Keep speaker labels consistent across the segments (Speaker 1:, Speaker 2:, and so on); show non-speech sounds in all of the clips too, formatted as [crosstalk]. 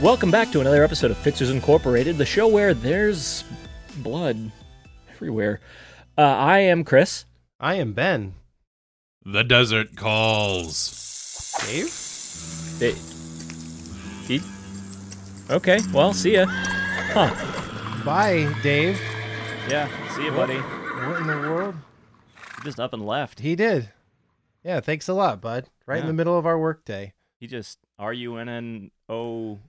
Speaker 1: Welcome back to another episode of Fixers Incorporated, the show where there's blood everywhere. Uh, I am Chris.
Speaker 2: I am Ben.
Speaker 3: The desert calls.
Speaker 2: Dave?
Speaker 1: Hey. He- Okay, well, see ya. Huh.
Speaker 2: Bye, Dave.
Speaker 4: Yeah, see you, buddy.
Speaker 2: What in the world?
Speaker 4: He just up and left.
Speaker 2: He did. Yeah, thanks a lot, bud. Right in
Speaker 4: Yeah.
Speaker 2: the middle of our workday.
Speaker 4: He just R U N N O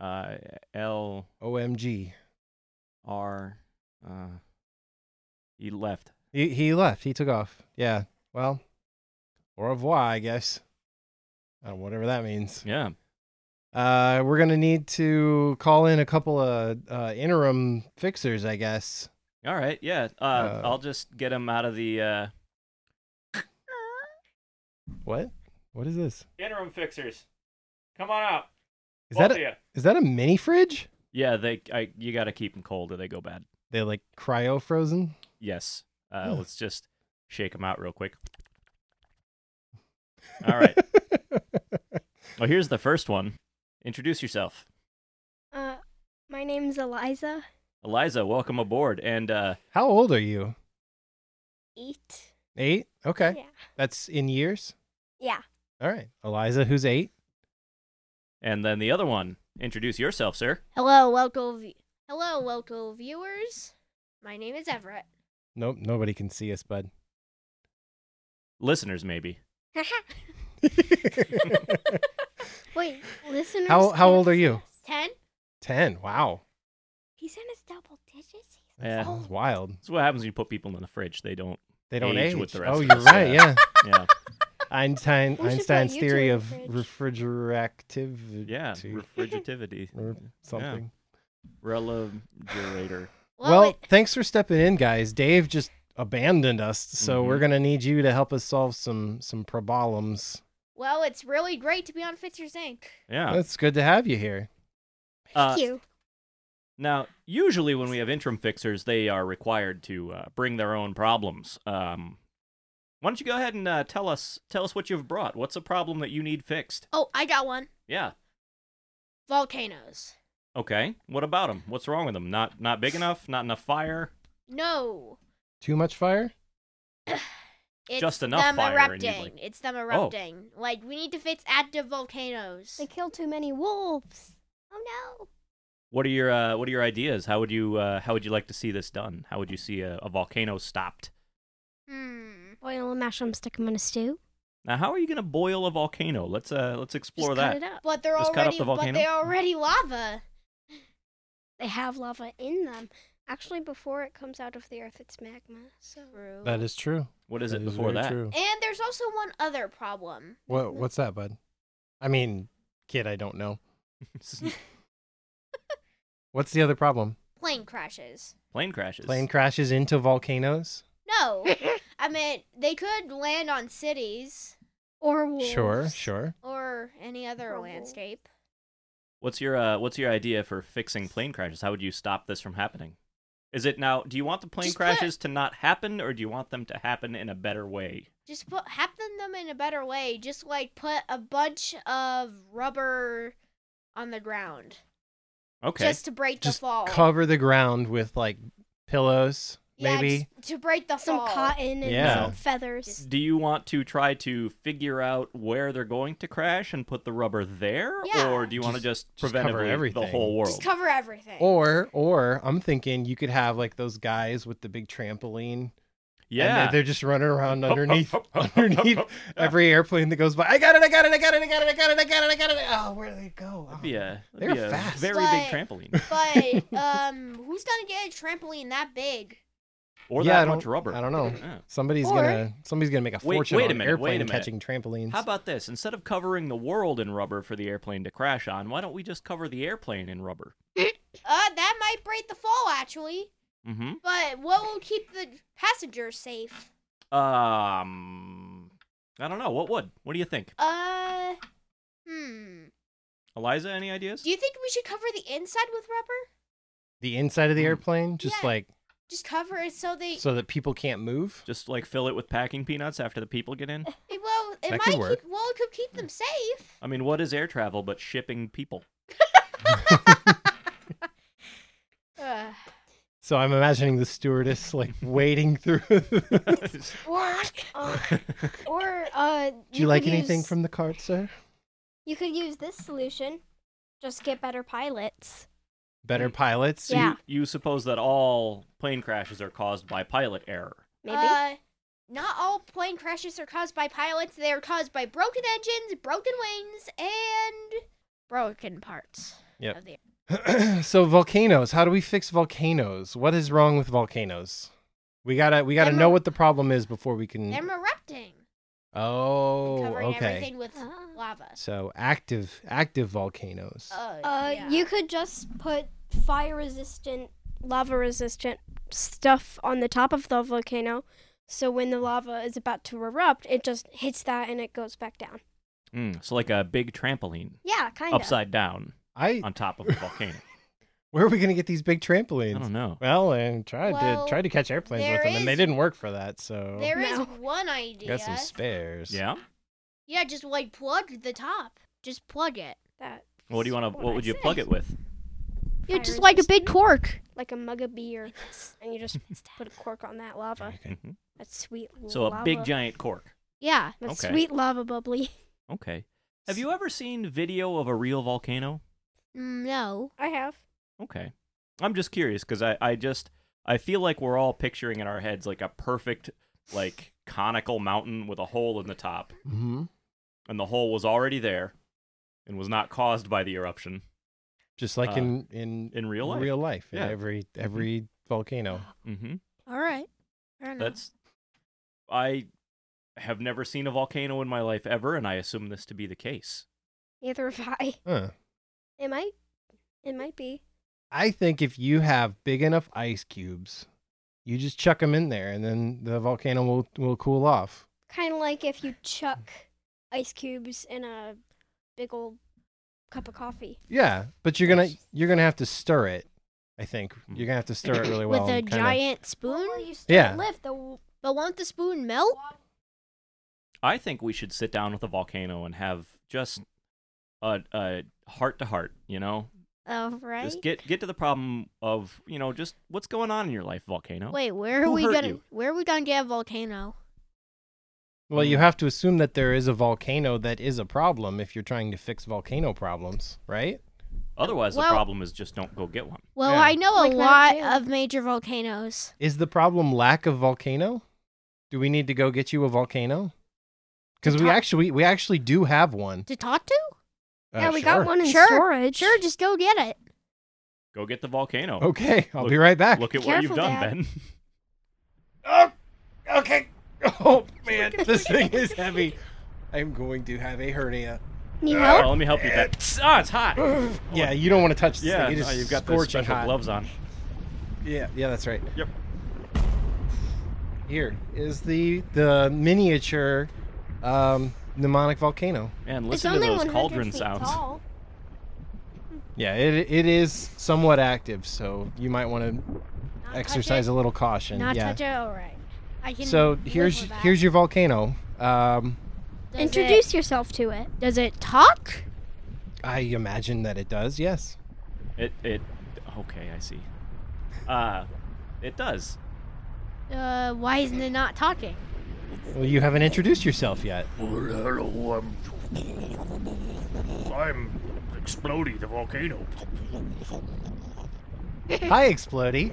Speaker 4: uh, L
Speaker 2: OMG.
Speaker 4: R. Uh, he left.
Speaker 2: He, he left. He took off. Yeah. Well, au revoir, I guess. I don't know, whatever that means.
Speaker 4: Yeah.
Speaker 2: Uh, we're going to need to call in a couple of uh, interim fixers, I guess.
Speaker 4: All right. Yeah. Uh,
Speaker 2: Uh,
Speaker 4: I'll just get him out of the uh,
Speaker 2: What? What is this?
Speaker 4: interim fixers. Come on out.
Speaker 2: Is that a, is that a mini fridge?
Speaker 4: Yeah. They. I. You got to keep them cold or they go bad.
Speaker 2: They like cryo frozen?
Speaker 4: Yes. Uh,
Speaker 2: Huh.
Speaker 4: Let's just shake them out real quick.
Speaker 2: [laughs]
Speaker 4: All right. well, here's the first one. Introduce yourself.
Speaker 5: Uh, my name's Eliza.
Speaker 4: Eliza, welcome aboard. And uh,
Speaker 2: How old are you?
Speaker 5: Eight.
Speaker 2: Eight? Okay.
Speaker 5: Yeah.
Speaker 2: That's in years?
Speaker 5: Yeah.
Speaker 2: All right. Eliza, who's eight?
Speaker 4: and then the other one, introduce yourself, sir.
Speaker 5: Hello, welcome. V- Hello, welcome viewers. My name is Everett.
Speaker 2: Nope, nobody can see
Speaker 4: [laughs]
Speaker 2: us, bud.
Speaker 4: Listeners, maybe.
Speaker 5: [laughs] Wait, listeners.
Speaker 2: How- how old
Speaker 5: can't
Speaker 2: are
Speaker 5: see
Speaker 2: you?
Speaker 5: us. Ten.
Speaker 2: Ten. Wow.
Speaker 5: He sent us double digits.
Speaker 4: Yeah.
Speaker 2: That's wild.
Speaker 4: That's what happens when you put people in the fridge. They don't.
Speaker 2: They don't age.
Speaker 4: Age with the
Speaker 2: oh,
Speaker 4: rest of
Speaker 2: you're
Speaker 4: us,
Speaker 2: right.
Speaker 4: yeah. [laughs]
Speaker 2: Yeah. [laughs]
Speaker 4: Yeah.
Speaker 2: Einstein.
Speaker 5: We should put
Speaker 2: Einstein's
Speaker 5: you two
Speaker 2: theory
Speaker 5: in
Speaker 2: of
Speaker 5: the
Speaker 2: refrigerative.
Speaker 4: Yeah. Refrigerativity.
Speaker 2: or something.
Speaker 4: Releverator.
Speaker 2: Well, thanks for stepping in, guys. Dave just abandoned us, so we're
Speaker 4: Mhm.
Speaker 2: gonna need you to help us solve some some problems.
Speaker 5: well, it's really great to be on Fitzer's Inc.
Speaker 4: Yeah.
Speaker 2: It's good to have you here.
Speaker 4: Uh,
Speaker 5: you.
Speaker 4: now, usually when we have interim fixers, they are required to uh, bring their own problems. Um, why don't you go ahead and uh, tell us tell us what you've brought? What's a problem that you need fixed?
Speaker 5: Oh, I got one.
Speaker 4: Yeah.
Speaker 5: Volcanoes.
Speaker 4: Okay. What about them? What's wrong with them? Not not big enough. Not enough fire.
Speaker 5: No.
Speaker 2: Too much fire?
Speaker 5: It's
Speaker 4: Just enough
Speaker 5: them
Speaker 4: fire and
Speaker 5: erupting.
Speaker 4: you'd like-
Speaker 5: It's
Speaker 2: Oh.
Speaker 5: them erupting. Like we need to fix active volcanoes.
Speaker 6: They killed too many wolves. Oh no.
Speaker 4: What are your uh, What are your ideas? How would you uh, How would you like to see this done? How would you see a, a volcano stopped?
Speaker 5: Hmm.
Speaker 6: Boil and mash them, stick them in a stew.
Speaker 4: Now, how are you going to boil a volcano? Let's uh, Let's explore
Speaker 6: Just cut
Speaker 4: that.
Speaker 6: it up.
Speaker 5: But they're
Speaker 4: Just cut up
Speaker 5: already
Speaker 4: the
Speaker 5: but
Speaker 4: volcano?
Speaker 5: they're already lava.
Speaker 6: They have lava in them. Actually, before it comes out of the earth, it's magma. So
Speaker 5: Oh.
Speaker 2: That is true.
Speaker 4: What is it before that?
Speaker 5: And there's also one other problem.
Speaker 2: What what's that, bud? I mean, kid, I don't know. What's the other problem?
Speaker 5: Plane crashes.
Speaker 4: [laughs] Plane crashes.
Speaker 2: Plane crashes into volcanoes?
Speaker 5: No.
Speaker 2: [laughs]
Speaker 5: I mean, they could land on cities
Speaker 6: or wolves.
Speaker 2: Sure, sure.
Speaker 5: or any other
Speaker 6: Horrible.
Speaker 5: landscape.
Speaker 4: what's your uh, What's your idea for fixing plane crashes? How would you stop this from happening? Is it now? Do you want the plane
Speaker 5: Just put-
Speaker 4: crashes to not happen, or do you want them to happen in a better way?
Speaker 5: Just put happen them in a better way. Just like put a bunch of rubber on the ground
Speaker 4: Okay.
Speaker 5: just to break
Speaker 2: Just
Speaker 5: the fall.
Speaker 2: cover the ground with like pillows,
Speaker 5: yeah,
Speaker 2: maybe.
Speaker 5: just to break the
Speaker 6: Some
Speaker 5: fall.
Speaker 6: cotton and
Speaker 2: Yeah.
Speaker 6: some feathers.
Speaker 4: do you want to try to figure out where they're going to crash and put the rubber there,
Speaker 5: Yeah.
Speaker 4: or do you want to just
Speaker 2: just
Speaker 4: prevent
Speaker 2: cover
Speaker 4: the
Speaker 2: everything.
Speaker 4: whole world?
Speaker 5: Just cover everything.
Speaker 2: Or or I'm thinking you could have like those guys with the big trampoline.
Speaker 4: yeah.
Speaker 2: And they're just running around
Speaker 4: Hop, hop,
Speaker 2: underneath
Speaker 4: hop, hop, hop,
Speaker 2: underneath
Speaker 4: hop, hop.
Speaker 2: [laughs] every airplane that goes by. I got it, I got it, I got it, I got it, I got it, I got it, I got it. Oh, where did it go? Oh.
Speaker 4: That'd be a,
Speaker 2: They're
Speaker 4: that'd be a
Speaker 2: fast.
Speaker 4: very big
Speaker 5: But-
Speaker 2: [laughs]
Speaker 4: trampoline.
Speaker 5: But um, who's gonna get a trampoline that big?
Speaker 4: Or
Speaker 2: Yeah, I
Speaker 4: that
Speaker 2: don't-
Speaker 4: much rubber.
Speaker 2: I don't know.
Speaker 4: Yeah.
Speaker 2: Somebody's
Speaker 5: Or-
Speaker 2: gonna somebody's gonna make a
Speaker 4: Wait-
Speaker 2: fortune
Speaker 4: wait a
Speaker 2: on
Speaker 4: minute,
Speaker 2: airplane
Speaker 4: wait a minute.
Speaker 2: catching trampolines.
Speaker 4: How about this? Instead of covering the world in rubber for the airplane to crash on, why don't we just cover the airplane in rubber?
Speaker 5: Uh, that might break the fall actually.
Speaker 4: Mm-hmm.
Speaker 5: But what will keep the passengers safe?
Speaker 4: Um, I don't know. What would? What do you think,
Speaker 5: Uh, hmm.
Speaker 4: Eliza? Any ideas?
Speaker 5: Do you think we should cover the inside with rubber?
Speaker 2: the inside of the
Speaker 4: Hmm.
Speaker 2: airplane? Just
Speaker 5: Yeah.
Speaker 2: like
Speaker 5: Just cover it so they.
Speaker 2: so that people can't move?
Speaker 4: Just like fill it with packing peanuts after the people get in.
Speaker 5: it- well,
Speaker 2: That
Speaker 5: it might
Speaker 2: could work.
Speaker 5: keep. Well, it could keep them safe.
Speaker 4: I mean, what is air travel but shipping people?
Speaker 5: Ugh.
Speaker 2: So I'm imagining the stewardess
Speaker 4: [laughs]
Speaker 2: like wading through. [laughs] Do
Speaker 6: [laughs] Or, uh,
Speaker 2: [laughs]
Speaker 6: or uh, Do
Speaker 2: you, like anything from the cart, sir?
Speaker 6: You could use this solution. Just get better pilots.
Speaker 4: Hmm.
Speaker 2: Better pilots.
Speaker 6: Yeah.
Speaker 4: You, you suppose that all plane crashes are caused by pilot error.
Speaker 6: Maybe.
Speaker 5: Uh, not all plane crashes are caused by pilots. They are caused by broken engines, broken wings, and broken parts.
Speaker 2: Yep.
Speaker 5: Of
Speaker 2: [clears throat]
Speaker 5: the
Speaker 2: so volcanoes. How do we fix volcanoes? What is wrong with volcanoes? We gotta we gotta
Speaker 5: They're
Speaker 2: know
Speaker 5: mo-
Speaker 2: what the problem is before we can.
Speaker 5: They're erupting,
Speaker 2: Mm. oh,
Speaker 5: covering
Speaker 2: okay.
Speaker 5: everything with
Speaker 6: Ah.
Speaker 5: lava.
Speaker 2: So active active volcanoes.
Speaker 5: Uh,
Speaker 6: Uh,
Speaker 5: yeah.
Speaker 6: you could just put fire resistant, lava resistant stuff on the top of the volcano. So when the lava is about to erupt, it just hits that and it goes back down.
Speaker 4: Mm, so like a big trampoline
Speaker 6: Yeah, kind of.
Speaker 4: upside down
Speaker 2: I
Speaker 4: on top of a volcano.
Speaker 2: where are we gonna get these big
Speaker 4: I
Speaker 2: trampolines?
Speaker 4: don't know.
Speaker 2: Well, I tried
Speaker 5: Well,
Speaker 2: to tried to catch airplanes with
Speaker 5: there
Speaker 2: them, and they
Speaker 5: is-
Speaker 2: didn't work for that. So
Speaker 5: There is
Speaker 6: No.
Speaker 5: one idea.
Speaker 2: Oh. got some spares.
Speaker 4: Yeah.
Speaker 5: Yeah, just like plug the top. Just plug it.
Speaker 6: That.
Speaker 4: What do you want to? What would you plug it with?
Speaker 5: Yeah, just like a big cork.
Speaker 6: like a mug of beer, and
Speaker 5: [laughs]
Speaker 6: you just [laughs] put a cork on that lava.
Speaker 4: Mhm.
Speaker 6: That's sweet.
Speaker 4: So a
Speaker 6: lava.
Speaker 4: big giant cork.
Speaker 5: Yeah.
Speaker 6: That's
Speaker 4: Okay.
Speaker 6: sweet lava bubbly. [laughs]
Speaker 4: Okay. Have you ever seen video of a real volcano?
Speaker 5: Mm, No.
Speaker 6: I have.
Speaker 4: Okay. I'm just curious because I, I just I feel like we're all picturing in our heads like a perfect like conical mountain with a hole in the top,
Speaker 2: Mm-hmm.
Speaker 4: and the hole was already there, and was not caused by the eruption.
Speaker 2: Just like
Speaker 4: Uh,
Speaker 2: in in
Speaker 4: in real life.
Speaker 2: real life, in
Speaker 4: Yeah.
Speaker 2: every every
Speaker 5: [gasps]
Speaker 2: volcano.
Speaker 4: Mm-hmm.
Speaker 5: All right. Fair enough.
Speaker 4: That's I have never seen a volcano in my life ever, and I assume this to be the case.
Speaker 6: Neither have I.
Speaker 2: Huh.
Speaker 6: It might. It might be.
Speaker 2: I think if you have big enough ice cubes, you just chuck them in there, and then the volcano will will cool off.
Speaker 6: Kind of like if you chuck ice cubes in a big old cup of coffee.
Speaker 2: Yeah, but you're gonna you're gonna have to stir it. I think
Speaker 4: Mm.
Speaker 2: you're gonna have to stir it
Speaker 5: [coughs]
Speaker 2: really well.
Speaker 5: With a
Speaker 2: and kinda-
Speaker 5: giant spoon?
Speaker 6: Well, you still
Speaker 2: Yeah.
Speaker 6: live the w-
Speaker 5: But won't the spoon melt?
Speaker 4: I think we should sit down with a volcano and have just a a heart to heart, you know?
Speaker 5: All right.
Speaker 4: Just get get to the problem of, you know, just what's going on in your life, volcano.
Speaker 5: Wait, where are
Speaker 4: Who
Speaker 5: we
Speaker 4: hurt
Speaker 5: gonna
Speaker 4: you?
Speaker 5: where are we gonna get a volcano?
Speaker 2: Well, you have to assume that there is a volcano that is a problem if you're trying to fix volcano problems, right?
Speaker 4: Otherwise
Speaker 5: Well-
Speaker 4: the problem is just don't go get one.
Speaker 5: Well,
Speaker 2: Yeah.
Speaker 5: I know a
Speaker 6: Like Mount
Speaker 5: lot
Speaker 6: Doom.
Speaker 5: of major volcanoes.
Speaker 2: Is the problem lack of volcano? Do we need to go get you a volcano? Because we
Speaker 5: Talk-
Speaker 2: actually we actually do have one.
Speaker 5: To talk to?
Speaker 2: Uh,
Speaker 6: yeah, we
Speaker 2: sure.
Speaker 6: got one in
Speaker 5: Sure,
Speaker 6: storage.
Speaker 5: Sure, just go get it.
Speaker 4: Go get the volcano.
Speaker 2: Okay, Oh, I'll
Speaker 4: Look-
Speaker 2: be right back.
Speaker 4: Look at
Speaker 6: Be
Speaker 4: what you've
Speaker 6: careful,
Speaker 4: done,
Speaker 6: Dad. [laughs]
Speaker 4: Ben.
Speaker 2: Oh, okay. Oh
Speaker 4: [laughs]
Speaker 2: man, this thing is heavy. I'm going to have a hernia.
Speaker 6: Need
Speaker 4: Oh,
Speaker 6: help?
Speaker 4: let me help you,
Speaker 6: [laughs]
Speaker 4: Ben. Ah, it's hot.
Speaker 2: yeah, you don't want to touch this
Speaker 4: Yeah,
Speaker 2: thing. It
Speaker 4: no,
Speaker 2: is
Speaker 4: you've got the
Speaker 2: scorching
Speaker 4: special
Speaker 2: hot.
Speaker 4: gloves on.
Speaker 2: Yeah, yeah, that's right.
Speaker 4: Yep.
Speaker 2: Here is the the miniature um, mnemonic volcano.
Speaker 4: Man,
Speaker 6: It's
Speaker 4: listen to
Speaker 6: only
Speaker 4: those
Speaker 6: 100
Speaker 4: cauldron
Speaker 6: feet
Speaker 4: sounds.
Speaker 6: tall.
Speaker 2: Yeah, it it is somewhat active, so you might want to
Speaker 5: Not
Speaker 2: exercise
Speaker 5: touch
Speaker 2: a little caution.
Speaker 5: it. Not
Speaker 2: yeah.
Speaker 5: touch it. All right. I can.
Speaker 2: So
Speaker 5: live
Speaker 2: here's
Speaker 5: with that.
Speaker 2: here's your volcano. Um,
Speaker 5: Does
Speaker 6: Introduce yourself to it.
Speaker 5: It, does it talk?
Speaker 2: I imagine that it does. Yes.
Speaker 4: It it okay, I see. Uh it does.
Speaker 5: Uh, why isn't it not talking?
Speaker 2: Well, you haven't introduced yourself yet.
Speaker 7: Well, hello, um, I'm Explody the volcano.
Speaker 2: Hi, Explody.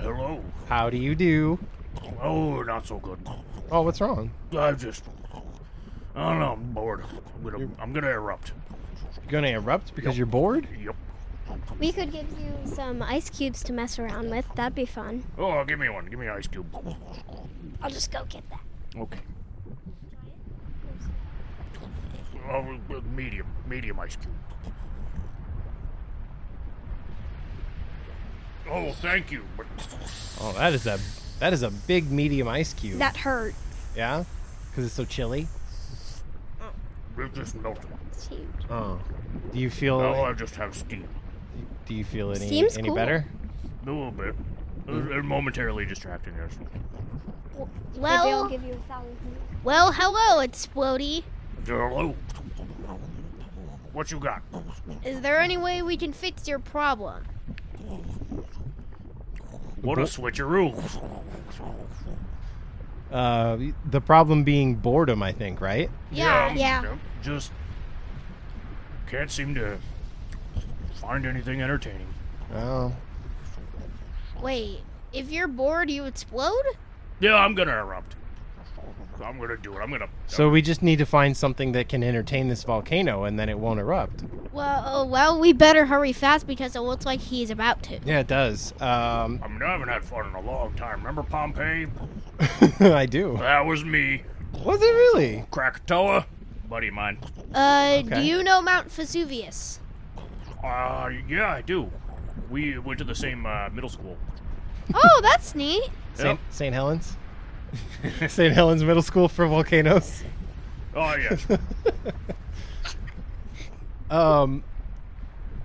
Speaker 7: Hello.
Speaker 2: How do you do?
Speaker 7: Oh, not so good.
Speaker 2: Oh, what's wrong?
Speaker 7: I just, I don't know. I'm bored. I'm gonna, I'm gonna erupt.
Speaker 2: You're gonna erupt because you're bored?
Speaker 7: Yep.
Speaker 6: We could give you some ice cubes to mess around with. That'd be fun.
Speaker 7: Oh, give me one. Give me an ice cube.
Speaker 6: I'll just go get that.
Speaker 7: Okay. Oh, uh, medium, medium ice cube. Oh, thank you. But
Speaker 2: Oh, that is a that is a big medium ice cube.
Speaker 6: That hurt.
Speaker 2: yeah, because it's so chilly.
Speaker 7: it just melted.
Speaker 6: It's huge.
Speaker 2: Oh, do you feel
Speaker 7: Now I just have steam.
Speaker 2: do you feel any
Speaker 6: Seems
Speaker 2: any
Speaker 6: cool.
Speaker 2: better?
Speaker 7: A little bit. It was- it momentarily distracting us.
Speaker 6: Maybe I'll
Speaker 5: Well,
Speaker 6: give you a thousand.
Speaker 5: well, hello, it's Splody.
Speaker 7: Hello. What you got?
Speaker 5: Is there any way we can fix your problem?
Speaker 7: What a switcheroo.
Speaker 2: Uh, the problem being boredom, I think, right?
Speaker 5: Yeah.
Speaker 6: Yeah.
Speaker 7: Just can't seem to find anything entertaining.
Speaker 2: Oh,
Speaker 5: Wait, if you're bored, you explode?
Speaker 7: Yeah, I'm gonna erupt. I'm gonna do it. I'm gonna.
Speaker 2: so we just need to find something that can entertain this volcano, and then it won't erupt.
Speaker 5: Well, oh, well, we better hurry fast because it looks like he's about to.
Speaker 2: Yeah, it does. Um, [laughs]
Speaker 7: I mean, I haven't had fun in a long time. Remember Pompeii?
Speaker 2: I do.
Speaker 7: That was me.
Speaker 2: Was it really?
Speaker 7: Krakatoa, buddy of mine.
Speaker 5: Uh, do
Speaker 2: Okay.
Speaker 5: you know Mount Vesuvius?
Speaker 7: Uh, yeah, I do. We went to the same uh, middle school.
Speaker 5: Oh,
Speaker 2: [laughs]
Speaker 5: that's neat.
Speaker 2: Saint, Saint Helens. [laughs] Saint Helens Middle School for volcanoes.
Speaker 7: Oh yes.
Speaker 2: Um,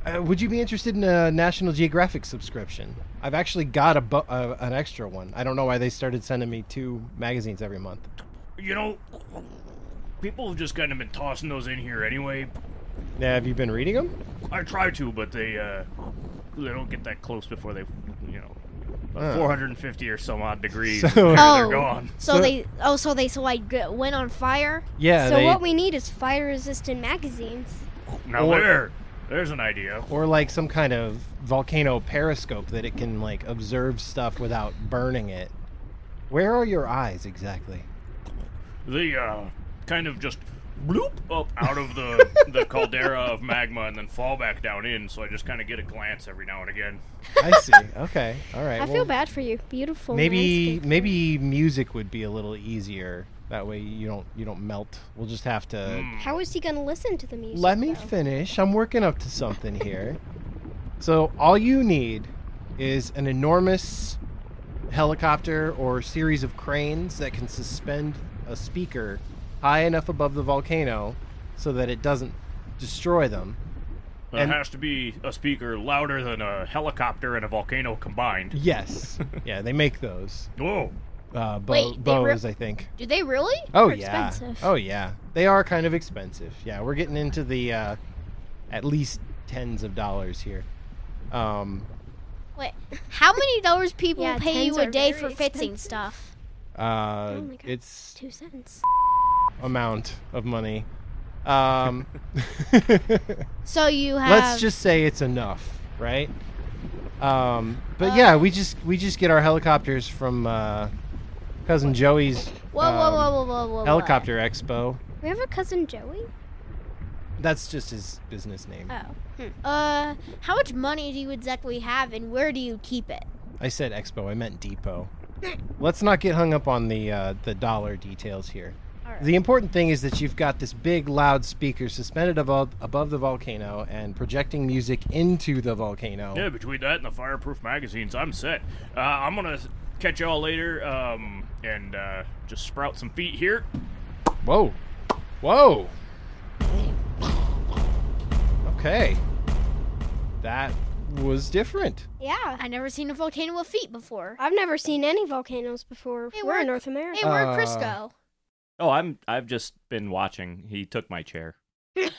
Speaker 2: uh, would you be interested in a National Geographic subscription? I've actually got a bu- uh, an extra one. I don't know why they started sending me two magazines every month.
Speaker 7: [laughs] you know, people have just kind of been tossing those in here anyway.
Speaker 2: Now, have you been reading them?
Speaker 7: I try to, but they uh, they don't get that close before they, you know, about
Speaker 2: Huh.
Speaker 7: 450 or some odd degrees.
Speaker 2: Ah. So-
Speaker 7: and
Speaker 5: Oh.
Speaker 7: they're gone.
Speaker 5: So,
Speaker 2: So-
Speaker 5: they, oh, so they, so like g- went on fire.
Speaker 2: Yeah.
Speaker 6: so
Speaker 2: they,
Speaker 6: what we need is fire-resistant magazines.
Speaker 7: Now
Speaker 2: Or-
Speaker 7: there, there's an idea.
Speaker 2: or like some kind of volcano periscope that it can like observe stuff without burning it. Where are your eyes exactly?
Speaker 7: They uh, kind of just bloop up out
Speaker 2: [laughs]
Speaker 7: of the the caldera of magma and then fall back down in. So I just kind of get a glance every now and again.
Speaker 2: I see. Okay. All right.
Speaker 6: I
Speaker 2: well,
Speaker 6: feel bad for you. Beautiful.
Speaker 2: Maybe
Speaker 6: landscape.
Speaker 2: maybe music would be a little easier. That way you don't you don't melt. We'll just have to
Speaker 6: How is he gonna listen to the music?
Speaker 2: Let me
Speaker 6: though?
Speaker 2: finish. I'm working up to something here. so, all you need is an enormous helicopter or series of cranes that can suspend a speaker high enough above the volcano so that it doesn't destroy them.
Speaker 7: There
Speaker 2: And-
Speaker 7: has to be a speaker louder than a helicopter and a volcano combined.
Speaker 2: Yes. yeah, they make those.
Speaker 7: Whoa.
Speaker 2: Uh, Bo-
Speaker 5: Wait, they re-
Speaker 2: Bose, I think.
Speaker 5: Do they really?
Speaker 2: Oh
Speaker 6: They're
Speaker 2: yeah.
Speaker 6: expensive.
Speaker 2: Oh yeah. They are kind of expensive. Yeah, we're getting into the uh, at least tens of dollars here. Um,
Speaker 5: Wait, how many
Speaker 6: [laughs]
Speaker 5: dollars people
Speaker 6: Yeah,
Speaker 5: pay you
Speaker 6: tens
Speaker 5: a
Speaker 6: are
Speaker 5: day
Speaker 6: very
Speaker 5: for fixing
Speaker 6: expensive.
Speaker 5: stuff?
Speaker 2: Uh,
Speaker 6: Oh my God.
Speaker 2: it's
Speaker 6: two cents.
Speaker 2: amount of money. Um, [laughs]
Speaker 5: So you have.
Speaker 6: Um,
Speaker 2: let's just say it's enough, right? Um, but
Speaker 6: uh,
Speaker 2: yeah, we just we just get our helicopters from uh, cousin Joey's
Speaker 5: Whoa, whoa,
Speaker 2: um,
Speaker 5: whoa, whoa, whoa, whoa, whoa.
Speaker 2: helicopter expo.
Speaker 6: We have a cousin Joey.
Speaker 2: That's just his business name.
Speaker 5: Oh. Uh, how much money do you exactly have, and where do you keep it?
Speaker 2: I said expo. I meant depot. Let's not get hung up on the uh, the dollar details here.
Speaker 5: Alright.
Speaker 2: The important thing is that you've got this big loudspeaker suspended above above the volcano and projecting music into the volcano.
Speaker 7: Yeah, between that and the fireproof magazines, I'm set. Uh, I'm gonna s- catch y'all later um, and uh, just sprout some feet here.
Speaker 2: Whoa. Whoa. Okay. That was
Speaker 5: [laughs]
Speaker 2: different.
Speaker 6: Yeah.
Speaker 5: I never seen a volcano with feet before.
Speaker 6: I've never seen any volcanoes before.
Speaker 5: Hey,
Speaker 6: we're,
Speaker 5: we're-
Speaker 6: in North America.
Speaker 5: Hey, we're
Speaker 2: Uh,
Speaker 5: at Crisco.
Speaker 4: Oh, I'm I've just been watching. He took my chair.
Speaker 2: Yeah.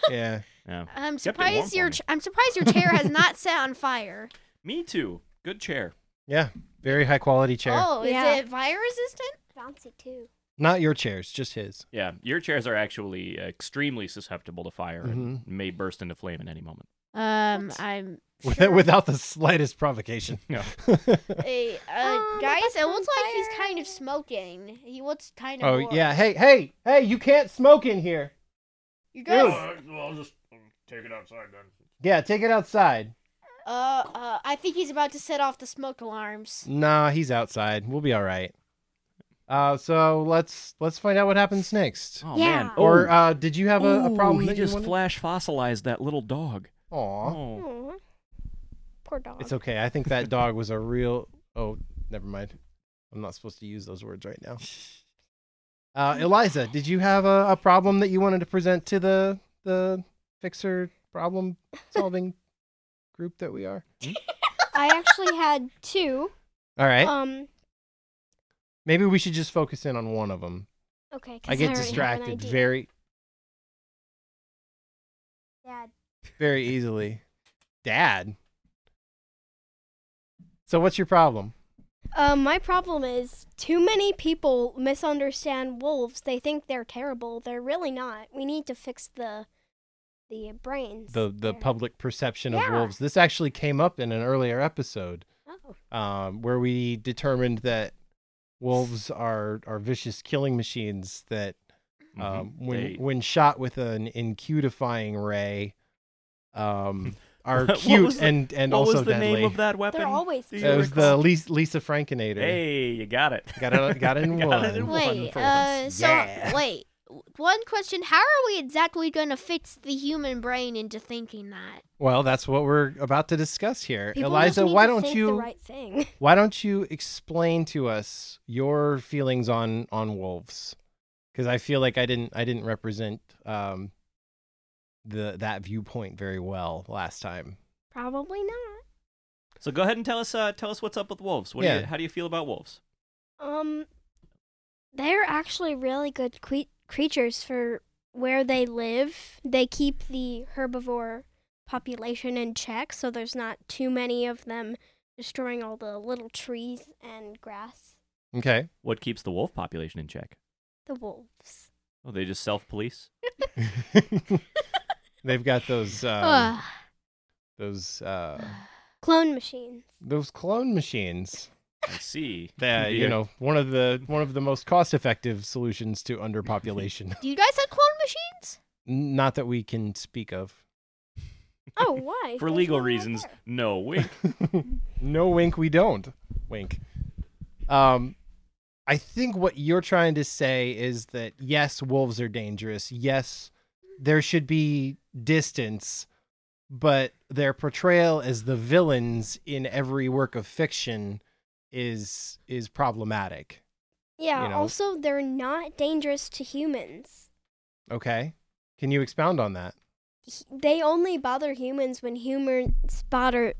Speaker 4: Yeah.
Speaker 5: I'm
Speaker 4: kept it warm
Speaker 5: surprised
Speaker 4: for
Speaker 5: your
Speaker 4: me.
Speaker 5: ch- I'm surprised your chair has not set on fire.
Speaker 4: Me too. Good chair.
Speaker 2: Yeah. Very high quality chair.
Speaker 5: Oh, is
Speaker 6: Yeah.
Speaker 5: it fire resistant?
Speaker 6: Bouncy too.
Speaker 2: Not your chairs, just his. [laughs]
Speaker 4: Yeah, your chairs are actually extremely susceptible to fire and may burst into flame at any moment.
Speaker 5: Um, I'm
Speaker 2: With-
Speaker 5: sure.
Speaker 2: Without the slightest provocation.
Speaker 4: No.
Speaker 6: [laughs]
Speaker 5: Hey, uh,
Speaker 6: Oh,
Speaker 5: guys,
Speaker 6: that's
Speaker 5: it
Speaker 6: on
Speaker 5: looks like he's
Speaker 6: fire.
Speaker 5: kind of smoking. He looks kind of.
Speaker 2: oh,
Speaker 5: bored.
Speaker 2: yeah. Hey, hey, hey, you can't smoke in here.
Speaker 5: You guys.
Speaker 7: Uh, well, I'll just um, take it outside then.
Speaker 2: Yeah, take it outside.
Speaker 5: Uh, uh, I think he's about to set off the smoke alarms.
Speaker 2: Nah, he's outside. We'll be all right. Uh, so let's let's find out what happens next.
Speaker 4: Oh
Speaker 6: Yeah.
Speaker 4: man.
Speaker 2: Or
Speaker 4: Oh.
Speaker 2: uh, did you have a, a
Speaker 4: Ooh,
Speaker 2: problem?
Speaker 4: He
Speaker 2: that
Speaker 4: just
Speaker 2: you wanted?
Speaker 4: flash fossilized that little dog.
Speaker 2: Aw.
Speaker 4: Oh.
Speaker 6: Aw. Poor dog.
Speaker 2: It's okay. I think that dog was a real. Oh, never mind. I'm not supposed to use those words right
Speaker 4: [laughs]
Speaker 2: now. Uh, Eliza, did you have a, a problem that you wanted to present to the the fixer problem solving group that we are?
Speaker 6: I actually had two.
Speaker 2: All right.
Speaker 4: Uh,
Speaker 6: Um.
Speaker 2: Maybe we should just focus in on one of them.
Speaker 6: Okay. 'cause
Speaker 2: I get
Speaker 6: already have an
Speaker 2: distracted
Speaker 6: idea.
Speaker 2: very.
Speaker 6: Dad,
Speaker 2: very easily. Dad. So what's your problem?
Speaker 6: Uh, my problem is too many people misunderstand wolves. They think they're terrible. They're really not. We need to fix the the brains.
Speaker 2: The the
Speaker 6: there.
Speaker 2: public perception of
Speaker 6: Yeah.
Speaker 2: wolves. This actually came up in an earlier episode
Speaker 6: Oh.
Speaker 2: um, where we determined that wolves are are vicious killing machines that
Speaker 4: Mhm.
Speaker 2: um, when
Speaker 4: They-
Speaker 2: when shot with an incutifying ray
Speaker 4: [laughs]
Speaker 2: um, are
Speaker 4: What was
Speaker 2: cute
Speaker 4: the-
Speaker 2: and and
Speaker 4: what
Speaker 2: also
Speaker 4: was the
Speaker 2: deadly.
Speaker 4: name of that weapon?
Speaker 6: They're always
Speaker 4: Do you
Speaker 2: It was
Speaker 4: recall?
Speaker 2: the Lisa, Lisa Frankenator.
Speaker 4: Hey, you got it.
Speaker 2: Got
Speaker 4: [laughs]
Speaker 2: it- got it in
Speaker 4: it in
Speaker 2: one.
Speaker 5: Wait,
Speaker 4: for
Speaker 5: uh,
Speaker 4: once.
Speaker 5: so
Speaker 2: Yeah.
Speaker 5: wait. One question: How are we exactly gonna fix the human brain into thinking that?
Speaker 2: Well, that's what we're about to discuss here.
Speaker 6: People just
Speaker 2: Eliza,
Speaker 6: need
Speaker 2: why
Speaker 6: to
Speaker 2: don't
Speaker 6: think
Speaker 2: you
Speaker 6: The right thing. [laughs]
Speaker 2: why don't you explain to us your feelings on on wolves? Because I feel like I didn't I didn't represent um the that viewpoint very well last time.
Speaker 6: Probably not.
Speaker 4: So go ahead and tell us. Uh, tell us what's up with wolves. What do
Speaker 2: Yeah.
Speaker 4: you, how do you feel about wolves?
Speaker 6: Um, they're actually really good que- creatures for where they live. They keep the herbivore population in check, so there's not too many of them destroying all the little trees and grass.
Speaker 2: Okay. [laughs]
Speaker 4: What keeps the wolf population in check?
Speaker 6: The wolves.
Speaker 4: Oh, they just self-police.
Speaker 2: They've got those um,
Speaker 5: Ugh.
Speaker 2: those uh
Speaker 6: Clone machines.
Speaker 2: those clone machines.
Speaker 4: I see. [laughs]
Speaker 2: That you
Speaker 4: Yeah.
Speaker 2: know, one of the one of the most cost effective solutions to underpopulation.
Speaker 5: Do you guys have clone machines?
Speaker 2: Not that we can speak of.
Speaker 4: [laughs]
Speaker 6: Oh, why?
Speaker 4: For
Speaker 6: There's
Speaker 4: legal
Speaker 6: none out
Speaker 4: reasons,
Speaker 6: there.
Speaker 4: no. Wink.
Speaker 2: no wink we don't wink um i think what you're trying to say is that yes wolves are dangerous yes there should be distance but their portrayal as the villains in every work of fiction is is problematic
Speaker 6: Yeah,
Speaker 2: you know.
Speaker 6: also, they're not dangerous to humans.
Speaker 2: okay can you expound on that
Speaker 6: H- They only bother humans when humans bother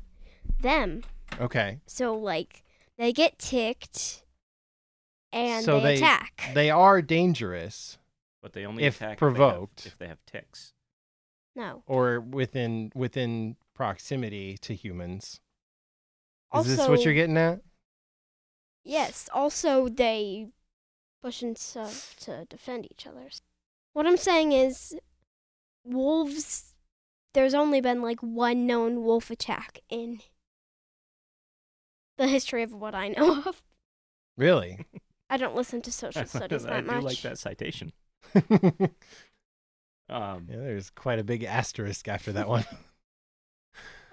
Speaker 6: them.
Speaker 2: okay
Speaker 6: So, like, they get ticked and
Speaker 2: So
Speaker 6: they,
Speaker 2: they-
Speaker 6: attack.
Speaker 2: they are dangerous
Speaker 4: But they only
Speaker 2: If
Speaker 4: attack if they have-
Speaker 2: provoked.
Speaker 4: if they have ticks.
Speaker 6: no.
Speaker 2: or within within proximity to humans is
Speaker 6: also,
Speaker 2: this what you're getting at
Speaker 6: Yes, also, they push and shove to defend each other. What I'm saying is, wolves, there's only been like one known wolf attack in the history of what I know [laughs] of.
Speaker 2: [laughs] really
Speaker 6: I don't listen to social
Speaker 4: [laughs]
Speaker 6: studies
Speaker 4: I
Speaker 6: that
Speaker 4: do
Speaker 6: much.
Speaker 4: like that citation.
Speaker 2: yeah,
Speaker 4: Um,
Speaker 2: there's quite a big asterisk after that one.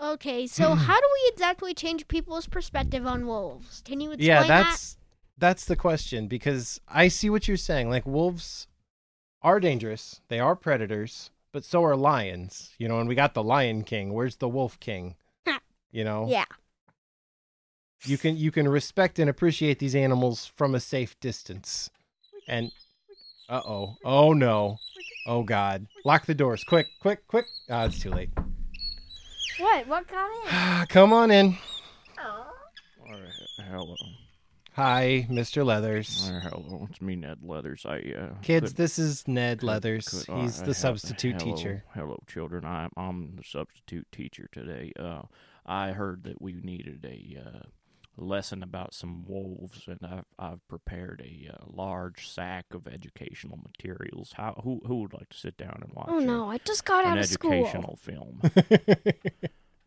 Speaker 5: Okay, so how do we exactly change people's perspective on wolves? Can you explain
Speaker 2: yeah,
Speaker 5: that?
Speaker 2: that's that's the question because I see what you're saying. Like wolves are dangerous; they are predators, but so are lions. You know, and we got the Lion King. Where's the Wolf King? you know,
Speaker 6: Yeah.
Speaker 2: you can you can respect and appreciate these animals from a safe distance. And uh oh, oh no, oh god, lock the doors, quick, quick, quick! Ah, it's too late. Ah,
Speaker 6: What? What got in?
Speaker 2: Come on in.
Speaker 7: Alright, hello.
Speaker 2: Hi, Mr. Leathers.
Speaker 7: Alright, hello. It's me, Ned Leathers. I, uh.
Speaker 2: Kids,
Speaker 7: could-
Speaker 2: this is Ned
Speaker 7: could-
Speaker 2: Leathers.
Speaker 7: could- uh,
Speaker 2: He's
Speaker 7: I
Speaker 2: the
Speaker 7: have-
Speaker 2: substitute
Speaker 7: hello-
Speaker 2: teacher.
Speaker 7: Hello, children. I, I'm the substitute teacher today. Uh, I heard that we needed a, uh, lesson about some wolves, and I've, I've prepared a uh, large sack of educational materials. How, who, who would like to sit down and watch
Speaker 6: Oh
Speaker 7: a-
Speaker 6: no! I just got out
Speaker 7: an
Speaker 6: of school.
Speaker 2: [laughs]
Speaker 7: educational film? [laughs]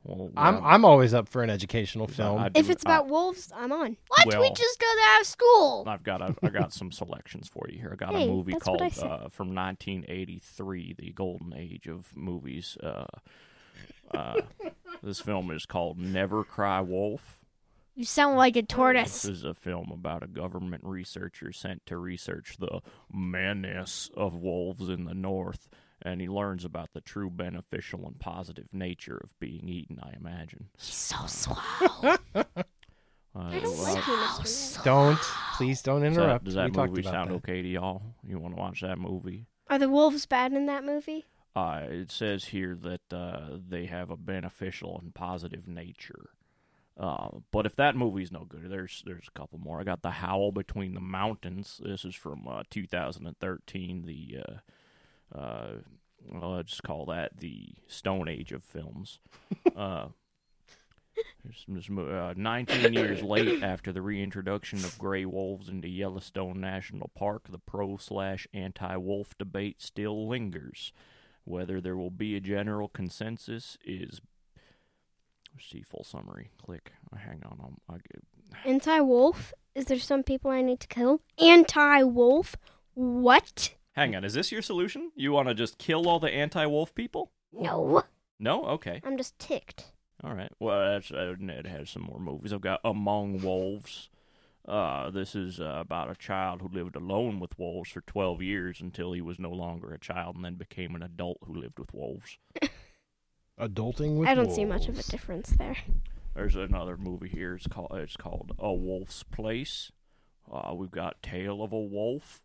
Speaker 7: Well,
Speaker 2: I'm
Speaker 7: well,
Speaker 2: I'm always up for an educational film.
Speaker 7: I
Speaker 6: If
Speaker 7: do-
Speaker 6: it's
Speaker 7: I-
Speaker 6: about wolves, I'm on.
Speaker 5: What? we
Speaker 7: well-
Speaker 5: just got out of school.
Speaker 7: I've got a, I got some selections for you here. I got
Speaker 6: Hey,
Speaker 7: a movie
Speaker 6: that's what I
Speaker 7: called
Speaker 6: said.
Speaker 7: uh, from 1983, the golden age of movies. Uh, uh, this film is called Never Cry Wolf.
Speaker 5: You sound like a
Speaker 7: This
Speaker 5: tortoise.
Speaker 7: is a film about a government researcher sent to research the menace of wolves in the north, and he learns about the true beneficial and positive nature of being eaten. I imagine.
Speaker 5: He's so slow.
Speaker 7: Uh,
Speaker 6: I don't
Speaker 7: well,
Speaker 6: like you,
Speaker 5: Wow,
Speaker 6: Mr. Wolf.
Speaker 2: Don't please don't
Speaker 7: does that-
Speaker 2: interrupt.
Speaker 7: Does
Speaker 2: we
Speaker 7: that
Speaker 2: talked
Speaker 7: movie
Speaker 2: about
Speaker 7: sound
Speaker 2: that.
Speaker 7: okay to y'all? You want to watch that movie?
Speaker 6: Are the wolves bad in that movie?
Speaker 7: Uh, it says here that uh, they have a beneficial and positive nature. Uh, but if that movie's no good, there's there's a couple more. I got the Howl Between the Mountains. This is from uh, 2013. The uh, uh, well, let's just call that the Stone Age of films. uh, this- this mo- uh, 19 years late after the reintroduction of gray wolves into Yellowstone National Park, the pro slash anti wolf debate still lingers. Whether there will be a general consensus is. Let's see full summary. Click. Oh, Hang on. I'm, I get,
Speaker 6: Anti wolf? Is there some people I need to kill? Anti wolf? What?
Speaker 4: Hang on, is this your solution? You want to just kill all the anti-wolf people?
Speaker 6: No.
Speaker 4: No, okay,
Speaker 6: I'm just ticked.
Speaker 7: All right. Well, that's uh, Ned has some more movies. I've got Among Wolves. Uh, this is uh, about a child who lived alone with wolves for 12 years until he was no longer a child and then became an adult who lived with wolves.
Speaker 2: Adulting with
Speaker 6: I don't see much of a
Speaker 2: wolves.
Speaker 6: difference there.
Speaker 7: There's another movie here. It's called it's called A Wolf's Place. Uh, we've got Tale of a Wolf.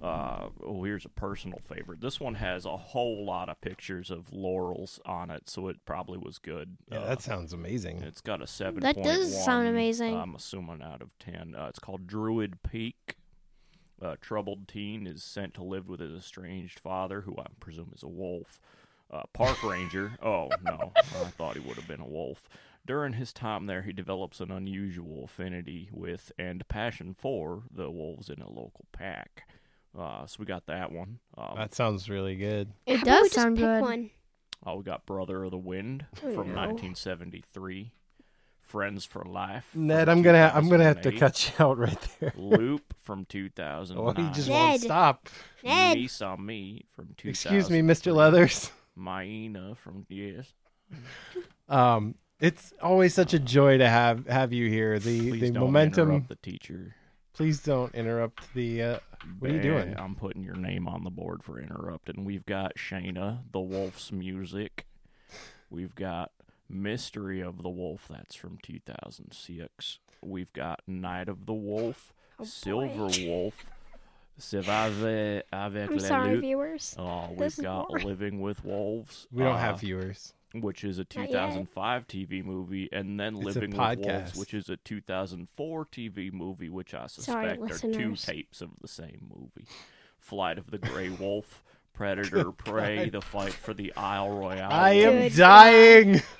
Speaker 7: Uh, oh, here's a personal favorite. This one has a whole lot of pictures of laurels on it, so it probably was good.
Speaker 2: Yeah,
Speaker 7: Uh,
Speaker 2: that sounds amazing.
Speaker 7: It's got a seven.
Speaker 8: That does sound amazing.
Speaker 7: I'm assuming out of ten. Uh, it's called Druid Peak. A troubled teen is sent to live with his estranged father, who I presume is a wolf. Uh,
Speaker 8: [laughs]
Speaker 7: park ranger. Oh no, I thought he would have been a wolf. During his time there, he develops an unusual affinity with and passion for the wolves in a local pack. Uh, so we got that one. Um,
Speaker 2: That sounds really good.
Speaker 8: It
Speaker 6: How about we
Speaker 8: does
Speaker 6: just
Speaker 8: sound
Speaker 6: pick
Speaker 8: good.
Speaker 6: One?
Speaker 7: Oh, we got Brother of the Wind from
Speaker 6: no.
Speaker 7: 1973. Friends for Life. from
Speaker 2: Ned, I'm gonna I'm gonna have to
Speaker 7: 2008,
Speaker 2: cut you out right there. [laughs]
Speaker 7: Loop from 2009.
Speaker 2: Oh, you just
Speaker 6: Ned.
Speaker 2: won't stop.
Speaker 6: Ned.
Speaker 7: Me Saw Me from 2000.
Speaker 2: Excuse me, Mr. Leathers. [laughs]
Speaker 7: Maina from yes.
Speaker 2: Um, it's always such a joy to have have you here. The
Speaker 7: Please
Speaker 2: the
Speaker 7: don't
Speaker 2: momentum.
Speaker 7: interrupt the teacher.
Speaker 2: Please don't interrupt the. Uh, what are you
Speaker 7: Bang,
Speaker 2: doing?
Speaker 7: I'm putting your name on the board for interrupt, and we've got Shayna, the Wolf's music. We've got Mystery of the Wolf, that's from 2006. We've got Night of the Wolf,
Speaker 6: Oh,
Speaker 7: Silver
Speaker 6: boy.
Speaker 7: Wolf, Survive avec
Speaker 6: I'm
Speaker 7: la
Speaker 6: sorry,
Speaker 7: lutte.
Speaker 6: viewers.
Speaker 7: Oh, we've
Speaker 6: This is
Speaker 7: got
Speaker 6: boring.
Speaker 7: Living with Wolves.
Speaker 2: we don't
Speaker 7: uh,
Speaker 2: have viewers.
Speaker 7: which is a
Speaker 6: yet.
Speaker 7: 2005 TV movie, and then
Speaker 2: It's a
Speaker 7: Living with Wolves,
Speaker 2: podcast.
Speaker 7: which is a 2004 TV movie, which I
Speaker 6: Sorry,
Speaker 7: suspect are two
Speaker 6: listeners.
Speaker 7: tapes of the same movie. Flight of
Speaker 6: [laughs]
Speaker 7: the Grey Wolf, Predator, Prey, The Fight for the Isle Royale.
Speaker 2: I am
Speaker 6: Good
Speaker 2: dying. [laughs]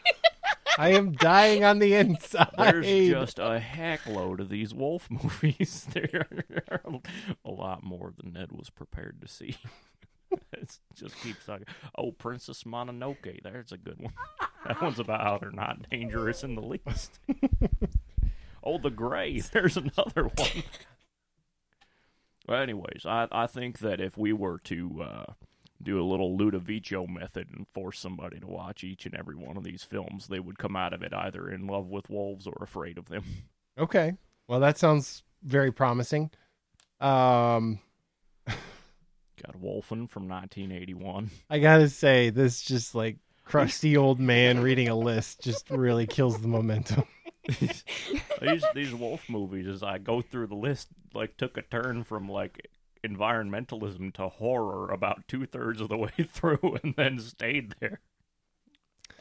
Speaker 2: I am dying on the inside.
Speaker 7: [laughs] There's just a heck load of these wolf [laughs] movies. there are a lot more than Ned was prepared to see. [laughs] it just keeps talking. Oh, Princess Mononoke. There's a good one. [laughs] That one's about how they're not dangerous in the least. [laughs] oh, The Gray. [laughs] There's another one. Well, anyways, I, I think that if we were to uh, do a little Ludovico method and force somebody to watch each and every one of these films, they would come out of it either in love with wolves or afraid of them. [laughs]
Speaker 2: okay. Well, that sounds very promising. Um,
Speaker 7: Got Wolfen from 1981.
Speaker 2: I gotta say, this just like crusty old man reading a list just really kills the momentum.
Speaker 7: these these wolf movies, as I go through the list, like took a turn from like environmentalism to horror about two thirds of the [laughs] way through, and then stayed there.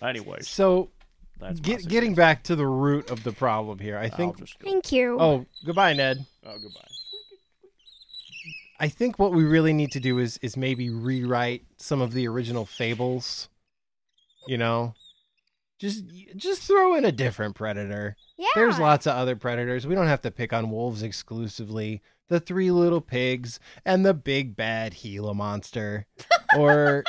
Speaker 7: Anyways,
Speaker 2: So,
Speaker 7: that's my
Speaker 2: get, getting back to the root of the problem here, I
Speaker 7: suggestion.
Speaker 2: think.
Speaker 7: I'll just go.
Speaker 6: Thank you.
Speaker 2: Oh, goodbye, Ned.
Speaker 7: Oh, goodbye.
Speaker 2: I think what we really need to do is is maybe rewrite some of the original fables. You know, just just throw in a different predator.
Speaker 5: Yeah.
Speaker 2: There's lots of other predators. We don't have to pick on wolves exclusively. The three little pigs and the big bad Gila
Speaker 6: [laughs]
Speaker 2: monster, or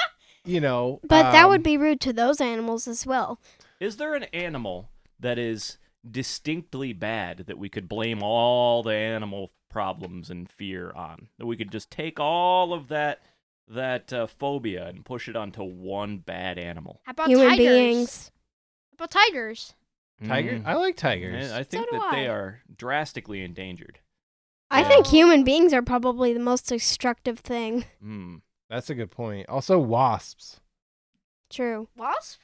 Speaker 2: you know.
Speaker 6: But that
Speaker 2: um,
Speaker 6: would be rude to those animals as well.
Speaker 4: Is there an animal that is distinctly bad that we could blame all the animal problems and fear on? That we could just take all of that that uh, phobia and push it onto one bad animal.
Speaker 5: How about
Speaker 6: Human
Speaker 5: tigers?
Speaker 6: beings.
Speaker 5: How about tigers?
Speaker 2: tiger. I like tigers.
Speaker 4: Mm. I think
Speaker 6: do
Speaker 4: that they
Speaker 6: I.
Speaker 4: are drastically endangered.
Speaker 6: I
Speaker 4: Yeah.
Speaker 6: think human beings are probably the most destructive thing.
Speaker 4: Hmm.
Speaker 2: That's a good point. Also, wasps.
Speaker 6: True.
Speaker 5: Wasp?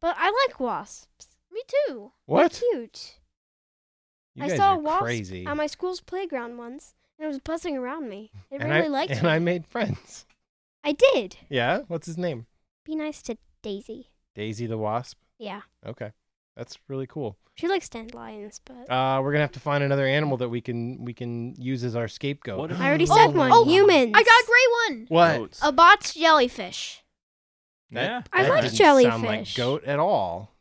Speaker 6: But I like wasps.
Speaker 5: Me too.
Speaker 2: What?
Speaker 6: Cute.
Speaker 2: You
Speaker 6: I
Speaker 2: guys
Speaker 6: saw
Speaker 2: are
Speaker 6: a wasp
Speaker 2: crazy.
Speaker 6: on my school's playground once, and it was buzzing around me. It
Speaker 2: and
Speaker 6: really
Speaker 2: I,
Speaker 6: liked
Speaker 2: And
Speaker 6: me.
Speaker 2: I made friends. [laughs]
Speaker 6: I did.
Speaker 2: Yeah. What's his name?
Speaker 6: Be nice to Daisy.
Speaker 2: Daisy the wasp.
Speaker 6: Yeah.
Speaker 2: Okay. That's really cool.
Speaker 6: She likes dandelions, but
Speaker 2: Uh, we're gonna have to find another animal that we can we can use as our scapegoat. [gasps]
Speaker 7: What if-
Speaker 6: I already
Speaker 5: Oh,
Speaker 6: said one.
Speaker 5: oh,
Speaker 6: Humans.
Speaker 5: I got a great one.
Speaker 2: What?
Speaker 7: Goats.
Speaker 5: A bots jellyfish.
Speaker 7: Yeah.
Speaker 6: I
Speaker 4: That
Speaker 6: like
Speaker 4: didn't Sound like
Speaker 6: jellyfish.
Speaker 4: goat at all.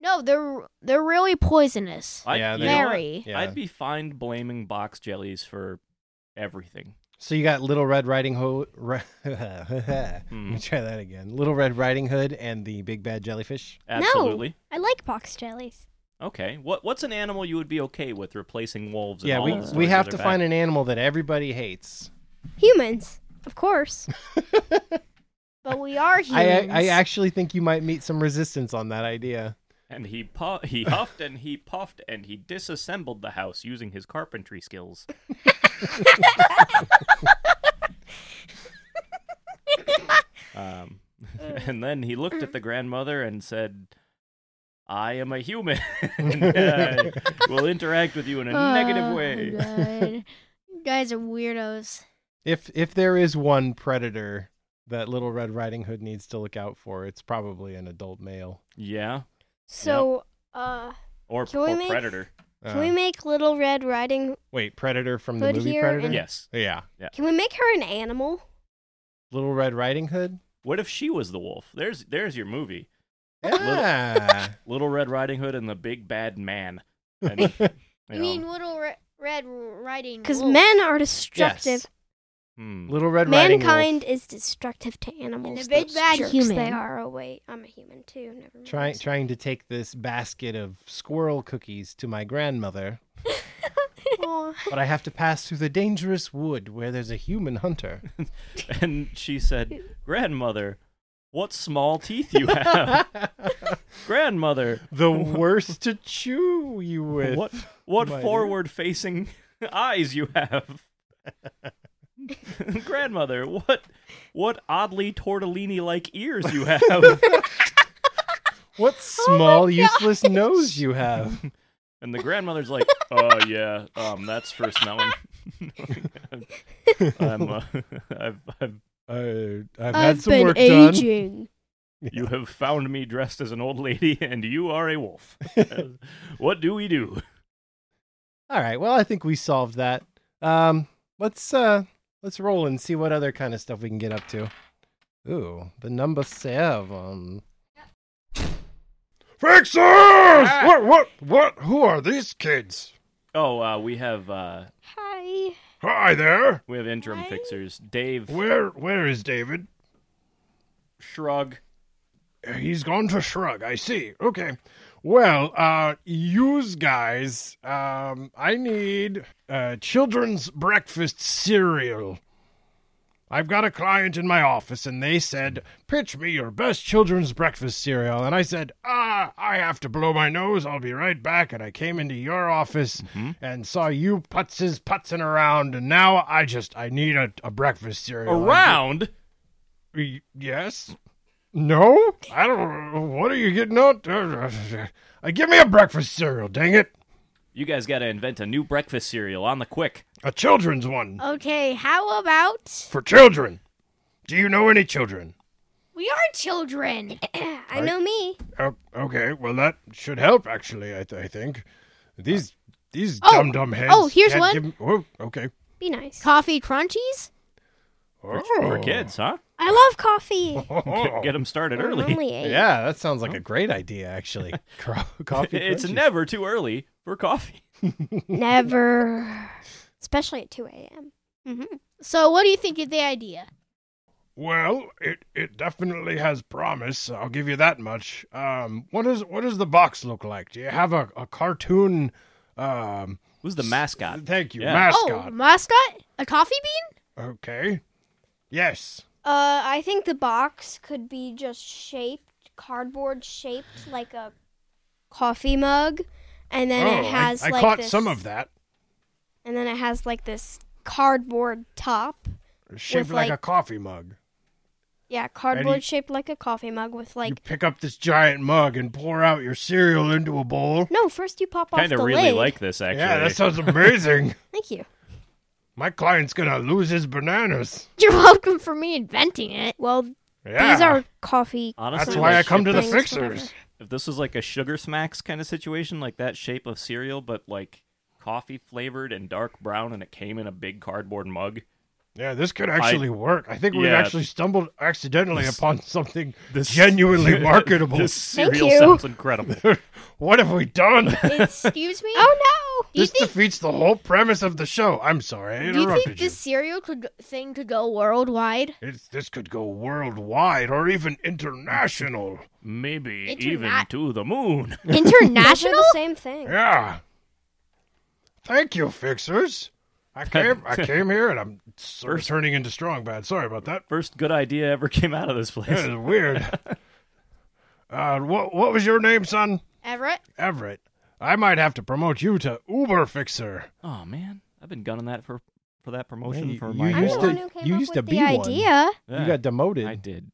Speaker 5: No, they're they're really poisonous.
Speaker 7: I,
Speaker 4: Yeah,
Speaker 7: you
Speaker 4: they-
Speaker 7: know what?
Speaker 5: Very.
Speaker 4: Yeah.
Speaker 7: I'd be fine blaming box jellies for everything.
Speaker 4: So you got Little Red Riding Hood. [laughs] Let
Speaker 7: Hmm.
Speaker 4: me try that again. Little Red Riding Hood and the big bad jellyfish.
Speaker 7: Absolutely.
Speaker 6: I like box jellies.
Speaker 7: Okay. What What's an animal you would be okay with replacing wolves?
Speaker 4: yeah,
Speaker 7: and
Speaker 4: we
Speaker 7: all
Speaker 4: we have to find an animal that everybody hates. [laughs]
Speaker 6: Humans,
Speaker 2: [laughs]
Speaker 6: of course.
Speaker 5: But we are
Speaker 4: I
Speaker 5: humans.
Speaker 4: I actually think you might meet some resistance on that
Speaker 7: [laughs]
Speaker 4: idea.
Speaker 7: And he pu- he huffed and he puffed and he disassembled the house using his carpentry skills.
Speaker 5: [laughs]
Speaker 6: [laughs]
Speaker 7: um, [laughs]
Speaker 6: Mm.
Speaker 7: and then he
Speaker 6: [clears throat]
Speaker 7: looked at the grandmother and said, "I am a human. [laughs] and I
Speaker 4: [laughs]
Speaker 7: will interact with you in a
Speaker 6: Oh,
Speaker 7: negative way." [laughs]
Speaker 5: way. Oh, you guys are weirdos.
Speaker 4: If if there is one predator that Little Red Riding Hood needs to look out for, it's probably an adult male.
Speaker 7: Yeah,
Speaker 6: So, uh,
Speaker 7: or,
Speaker 6: Can we
Speaker 7: or
Speaker 6: make-
Speaker 7: predator.
Speaker 6: [laughs] can we
Speaker 4: Uh,
Speaker 6: make Little Red Riding?
Speaker 4: wait, Predator from the
Speaker 6: Hood
Speaker 4: movie
Speaker 6: here
Speaker 4: Predator?
Speaker 6: and-
Speaker 7: Yes.
Speaker 4: Yeah.
Speaker 6: Can we make her an animal?
Speaker 4: Little Red Riding Hood?
Speaker 7: What if she was the wolf? There's there's your movie.
Speaker 4: Yeah.
Speaker 6: Ah.
Speaker 7: Little Red Riding Hood and the Big Bad Man.
Speaker 4: [laughs]
Speaker 7: And, you
Speaker 5: You
Speaker 7: know,
Speaker 5: mean Little Re- Red
Speaker 2: Mm,
Speaker 5: Riding
Speaker 6: Because
Speaker 5: Wolf.
Speaker 6: [laughs] men are destructive.
Speaker 7: hmm.
Speaker 4: Little Red Riding Hood.
Speaker 6: Mankind is destructive to animals.
Speaker 5: And the big
Speaker 6: Those
Speaker 5: bad
Speaker 6: jerks
Speaker 5: human.
Speaker 6: They are. Oh wait, I'm a human too. Never mind.
Speaker 4: Trying
Speaker 2: [laughs]
Speaker 6: [laughs]
Speaker 4: trying to take this basket of squirrel cookies to my grandmother,
Speaker 5: Aw.
Speaker 4: but I have to pass through the dangerous wood where there's a human hunter.
Speaker 7: [laughs] And she said, Grandmother, what small teeth
Speaker 4: [laughs]
Speaker 7: you have. Grandmother,
Speaker 4: the [laughs] worst to chew you with.
Speaker 7: what what
Speaker 4: my dear.
Speaker 7: forward facing [laughs] eyes you have. Grandmother, what what oddly tortellini like ears you have.
Speaker 4: What
Speaker 6: Oh [laughs]
Speaker 4: small useless nose you have.
Speaker 7: and the grandmother's like, Oh yeah, um that's for smelling.
Speaker 4: [laughs]
Speaker 7: I'm, uh, [laughs] I've, I've,
Speaker 4: Uh, I've,
Speaker 6: I've
Speaker 4: had some
Speaker 6: been
Speaker 4: work done.
Speaker 6: aging.
Speaker 4: [laughs]
Speaker 7: you have found me dressed as an old lady, [laughs] and you are a wolf. what do we do?
Speaker 4: [laughs] All right. Well, I think we solved that. Um, let's uh, let's roll and see what other kind of stuff we can get up to. Ooh, the number seven. Fixers! What? What? What? Who are these kids?
Speaker 7: Oh, uh, we have uh,
Speaker 6: Hi.
Speaker 2: Hi there.
Speaker 7: we have interim
Speaker 5: Hi.
Speaker 7: fixers. Dave
Speaker 2: Where where is David?
Speaker 7: Shrug.
Speaker 2: He's gone to shrug. I see. Okay. Well, uh yous guys, um I need uh children's breakfast cereal. I've got a client in my office and they said, "Pitch me your best children's breakfast cereal." And I said, "Ah, I have to blow my nose. I'll be right back." And I came into your office and saw you putzes putzing around and now I just I need a, a breakfast
Speaker 7: Oh,
Speaker 2: cereal.
Speaker 7: Around.
Speaker 2: Y- Yes. No. I don't. What are you getting at? Uh, give me a breakfast cereal, dang it!
Speaker 7: You guys got to invent a new breakfast cereal on the quick.
Speaker 2: A children's one
Speaker 5: okay, how about
Speaker 2: for children. Do you know any children?
Speaker 5: we are children?
Speaker 6: I know me.
Speaker 2: Oh, okay. Well, that should help. Actually, I, th- I think these these
Speaker 5: Oh,
Speaker 2: dum dum heads.
Speaker 5: oh, here's
Speaker 2: can't
Speaker 5: one.
Speaker 2: give me- oh, okay.
Speaker 6: Be nice.
Speaker 5: Coffee crunchies?
Speaker 2: Oh.
Speaker 7: For kids, huh?
Speaker 6: I
Speaker 2: [laughs]
Speaker 6: love coffee.
Speaker 7: Get, them started
Speaker 6: I'm
Speaker 7: early.
Speaker 6: only eight.
Speaker 4: Yeah, that sounds like a great idea,
Speaker 2: [laughs]
Speaker 4: actually. Co- Coffee.
Speaker 7: [laughs] It's
Speaker 4: crunchies.
Speaker 7: never too early for coffee. [laughs]
Speaker 6: Never. Especially at 2 a.m. Mm-hmm.
Speaker 5: So what do you think of the idea?
Speaker 2: Well, it it definitely has promise. I'll give you that much. Um, what is what does the box look like? Do you have a, a cartoon? Um,
Speaker 7: Who's the mascot? [laughs]
Speaker 2: thank you,
Speaker 7: Yeah.
Speaker 5: Oh,
Speaker 2: mascot.
Speaker 5: mascot? A coffee bean? [laughs]
Speaker 6: Oh.
Speaker 2: Okay. Yes.
Speaker 6: Uh, I think the box could be just shaped, cardboard shaped like a coffee mug, and then
Speaker 2: oh,
Speaker 6: it has
Speaker 2: I, I
Speaker 6: like
Speaker 2: caught
Speaker 6: this,
Speaker 2: some of that.
Speaker 6: and then it has like this cardboard top.
Speaker 2: Shaped
Speaker 6: with,
Speaker 2: like,
Speaker 6: like-
Speaker 2: a coffee mug.
Speaker 6: Yeah, cardboard shaped like a coffee mug with
Speaker 2: you
Speaker 6: like.
Speaker 2: pick up this giant mug and pour out your cereal into a bowl.
Speaker 6: No, first you pop off
Speaker 7: Kind
Speaker 6: the
Speaker 7: of really
Speaker 6: lid.
Speaker 7: like this, actually.
Speaker 2: Yeah, that
Speaker 7: [laughs]
Speaker 2: sounds amazing.
Speaker 6: Thank you.
Speaker 2: My client's gonna lose his bananas.
Speaker 5: You're welcome for me inventing it.
Speaker 6: Well,
Speaker 2: Yeah.
Speaker 6: these are coffee.
Speaker 7: Honestly,
Speaker 2: That's why I
Speaker 7: like,
Speaker 2: come to the
Speaker 6: things, whatever.
Speaker 2: fixers.
Speaker 7: If this was like a Sugar Smacks kind of situation, like that shape of cereal, but like coffee flavored and dark brown, and it came in a big cardboard mug.
Speaker 8: Yeah, this could actually work. I think we've
Speaker 4: Yeah.
Speaker 8: actually stumbled accidentally
Speaker 3: This-
Speaker 8: upon something
Speaker 3: This
Speaker 8: genuinely marketable. [laughs]
Speaker 3: This
Speaker 6: Thank
Speaker 3: cereal
Speaker 6: you.
Speaker 3: sounds incredible.
Speaker 8: what have we done?
Speaker 5: Excuse me?
Speaker 6: [laughs] Oh
Speaker 5: Do you
Speaker 8: This
Speaker 5: think
Speaker 8: defeats the whole premise of the show. I'm sorry, I
Speaker 5: do you
Speaker 8: interrupted
Speaker 5: think this cereal could, thing could go worldwide?
Speaker 8: It's, this could go worldwide or even international.
Speaker 7: Maybe
Speaker 5: Internet.
Speaker 7: even to the moon.
Speaker 6: no! Those are
Speaker 5: International?
Speaker 6: the same thing.
Speaker 8: Yeah. Thank you, fixers. I came, I came here, and I'm sort of turning into strong bad. Sorry about that.
Speaker 4: First good idea ever came out of this [laughs] place.
Speaker 8: That is weird. Uh, what what was your name, son?
Speaker 5: Everett?
Speaker 8: Everett. I might have to promote you to Uber Fixer.
Speaker 4: Oh man, I've been gunning that for for that
Speaker 2: Yeah,
Speaker 4: promotion
Speaker 2: you-
Speaker 4: for
Speaker 2: you
Speaker 4: my.
Speaker 2: I
Speaker 6: I'm
Speaker 2: used
Speaker 6: the
Speaker 2: to-
Speaker 6: one who came
Speaker 2: you
Speaker 6: up
Speaker 2: used
Speaker 6: with
Speaker 2: to be
Speaker 6: the
Speaker 2: one.
Speaker 6: idea,
Speaker 4: Yeah,
Speaker 2: You got demoted
Speaker 4: I did.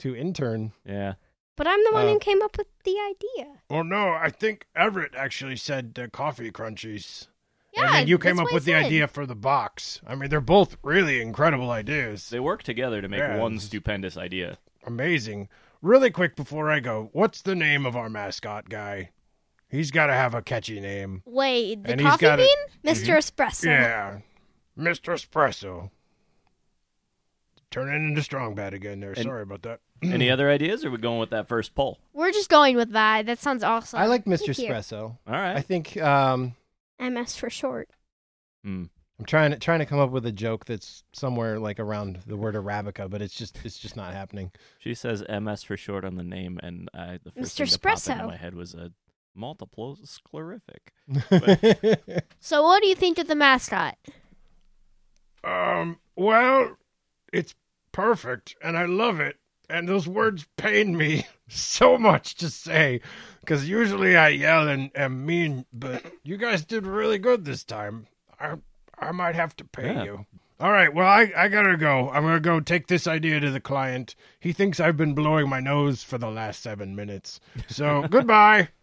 Speaker 2: to intern.
Speaker 4: Yeah.
Speaker 6: but I'm the one
Speaker 2: Uh,
Speaker 6: who came up with the idea.
Speaker 8: Well, Oh, no, I think Everett actually said the coffee crunchies.
Speaker 5: Yeah.
Speaker 8: and then you came
Speaker 5: that's
Speaker 8: up
Speaker 5: what
Speaker 8: with the
Speaker 5: I said.
Speaker 8: idea for the box. I mean, they're both really incredible ideas.
Speaker 4: They work together to make
Speaker 8: Yeah,
Speaker 4: one
Speaker 8: this is-
Speaker 4: stupendous
Speaker 7: [clears throat]
Speaker 4: idea.
Speaker 8: Amazing. Really quick before I go, what's the name of our mascot guy? He's got to have a catchy name.
Speaker 5: Wait, the
Speaker 8: And he's
Speaker 5: coffee
Speaker 8: got a-
Speaker 5: bean?
Speaker 6: Mr. Espresso.
Speaker 8: Yeah. Mr. Espresso. Turning into Strong Bad again there.
Speaker 4: And-
Speaker 8: Sorry about that.
Speaker 4: Any other ideas? Or are we going with that first poll?
Speaker 5: We're just going with that. That sounds awesome.
Speaker 2: I like Mr.
Speaker 6: Thank you.
Speaker 2: Espresso.
Speaker 4: All right.
Speaker 2: I think um,
Speaker 6: MS for short.
Speaker 4: Hmm.
Speaker 2: I'm trying to trying to come up with a joke that's somewhere like around the word arabica, but it's just it's just not happening.
Speaker 4: She says MS for short on the name, and I, the first
Speaker 6: Mr.
Speaker 4: thing that popped into
Speaker 6: Espresso.
Speaker 4: my head was a multiple sclerotic.
Speaker 5: so, what do you think of the mascot?
Speaker 8: Um, well, it's perfect and I love it. And those words pain me [laughs] so much to say because usually I yell and am mean, but you guys did really good this time. I I might have to pay
Speaker 4: Yeah.
Speaker 8: you. All right, well, I, I gotta go. I'm gonna go take this idea to the client. He thinks I've been blowing my nose for the last seven minutes.
Speaker 2: [laughs]
Speaker 8: So goodbye.
Speaker 4: [laughs]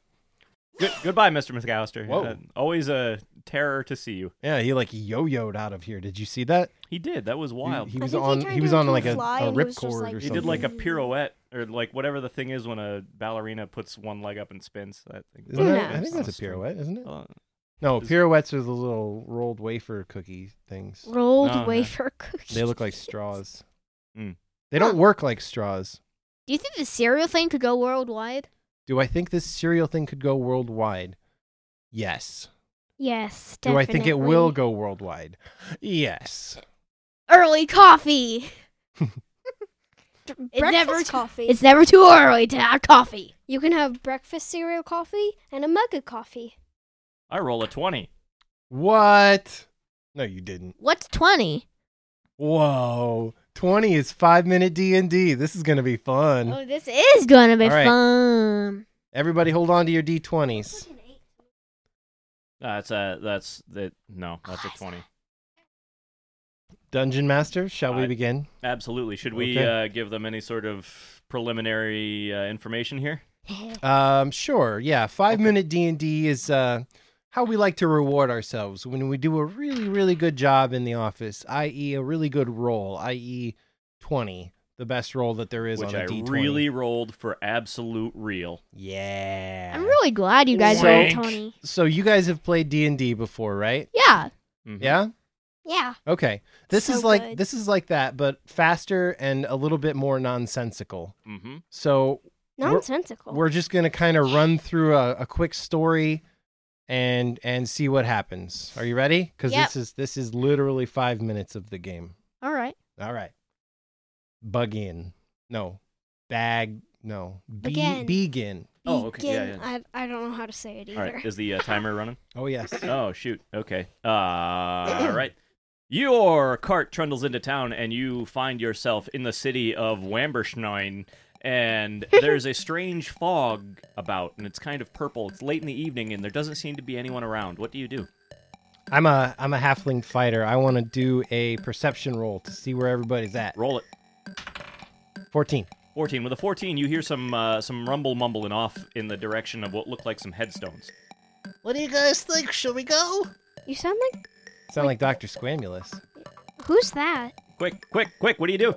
Speaker 4: Good, goodbye, Mr. McAllister.
Speaker 2: Whoa.
Speaker 4: Uh, always a terror to see you.
Speaker 2: yeah, he like yo-yoed out of here. Did you see that?
Speaker 4: He did. That was wild. He,
Speaker 2: He, he was
Speaker 6: think he
Speaker 2: on
Speaker 6: tried
Speaker 2: he,
Speaker 6: to
Speaker 2: was on
Speaker 6: do a
Speaker 2: like a,
Speaker 6: fly
Speaker 2: a
Speaker 6: and he was
Speaker 2: rip
Speaker 6: just
Speaker 2: cord
Speaker 6: like-
Speaker 2: or
Speaker 6: He
Speaker 2: something.
Speaker 4: did like a pirouette or like whatever the thing is when a ballerina puts one leg up and spins. That thing.
Speaker 2: Isn't
Speaker 6: Who
Speaker 2: that- I
Speaker 6: knows?
Speaker 2: think that's a pirouette, isn't it?
Speaker 4: Uh,
Speaker 2: No,
Speaker 4: Is-
Speaker 2: pirouettes are the little rolled wafer cookie things.
Speaker 6: Rolled
Speaker 4: No, no.
Speaker 6: wafer cookies.
Speaker 2: They look like straws.
Speaker 4: Mm.
Speaker 2: They don't work like straws.
Speaker 5: Do you think the cereal thing could go worldwide?
Speaker 2: Do I think this cereal thing could go worldwide? Yes.
Speaker 6: Yes,
Speaker 2: Do
Speaker 6: definitely.
Speaker 2: I think it will go worldwide? Yes.
Speaker 5: Early coffee.
Speaker 6: Breakfast
Speaker 5: It never-
Speaker 6: coffee.
Speaker 5: It's never too early to have coffee.
Speaker 6: you can have breakfast cereal coffee and a mug of coffee.
Speaker 4: Uh, I roll a twenty.
Speaker 2: What? No, you didn't.
Speaker 5: What's 20?
Speaker 2: Whoa. 20 is 5 minute D&D. This is going to be fun.
Speaker 5: Oh, this is gonna be
Speaker 2: All right.
Speaker 5: fun.
Speaker 2: Everybody hold on to your D20s.
Speaker 4: That's a that's that. No, that's a twenty.
Speaker 2: Dungeon Master, shall we
Speaker 4: I-
Speaker 2: begin?
Speaker 4: Absolutely. Should we
Speaker 2: Okay.
Speaker 4: uh, give them any sort of preliminary uh, information here?
Speaker 2: Um sure. Yeah, 5 minute D&D is uh how we like to reward ourselves when we do a really really good job in the office, i.e. a really good roll, i.e. 20, the best roll that there is
Speaker 4: Which
Speaker 2: on
Speaker 4: I
Speaker 2: a D20.
Speaker 4: really rolled for absolute real.
Speaker 2: Yeah.
Speaker 5: I'm really glad you guys are
Speaker 8: Wank.
Speaker 5: 20.
Speaker 2: so you guys have played D&D before, right?
Speaker 5: Yeah.
Speaker 4: Mhm.
Speaker 2: Yeah?
Speaker 6: Yeah.
Speaker 2: Okay. This
Speaker 6: So
Speaker 2: is like
Speaker 6: good.
Speaker 2: this is like that, but faster and a little bit more nonsensical.
Speaker 4: Mm-hmm.
Speaker 2: So We're-
Speaker 6: Nonsensical.
Speaker 2: we're just gonna kind of run through a, a quick story and and see what happens. Are you ready? Because
Speaker 5: Yep.
Speaker 2: this is this is literally five minutes of the game.
Speaker 5: All right.
Speaker 2: All right. Bug in. No. Bag no. Be-
Speaker 6: Begin.
Speaker 2: begin.
Speaker 4: Oh, okay, yeah,
Speaker 6: Begin- I, I don't know how to say it either.
Speaker 4: All right. Is the uh, timer
Speaker 6: [laughs]
Speaker 4: running?
Speaker 2: Oh yes.
Speaker 4: Oh shoot. Okay. Uh, all uh,
Speaker 2: [coughs]
Speaker 4: right. Your cart trundles into town, and you find yourself in the city of Wamberschnein. And there's a strange fog about, and it's kind of purple. It's late in the evening, and there doesn't seem to be anyone around. What do you do?
Speaker 2: I'm a I'm a halfling fighter. I wanna do a perception roll to see where everybody's at.
Speaker 4: Roll it.
Speaker 2: Fourteen.
Speaker 4: 14. With a 14, you hear some uh, some rumble mumbling off in the direction of what look like some headstones.
Speaker 2: What do you guys think? Shall we go?
Speaker 6: You sound like
Speaker 2: Sound like Dr. Squamulus.
Speaker 6: who's that?
Speaker 4: Quick, quick, quick, what do you do?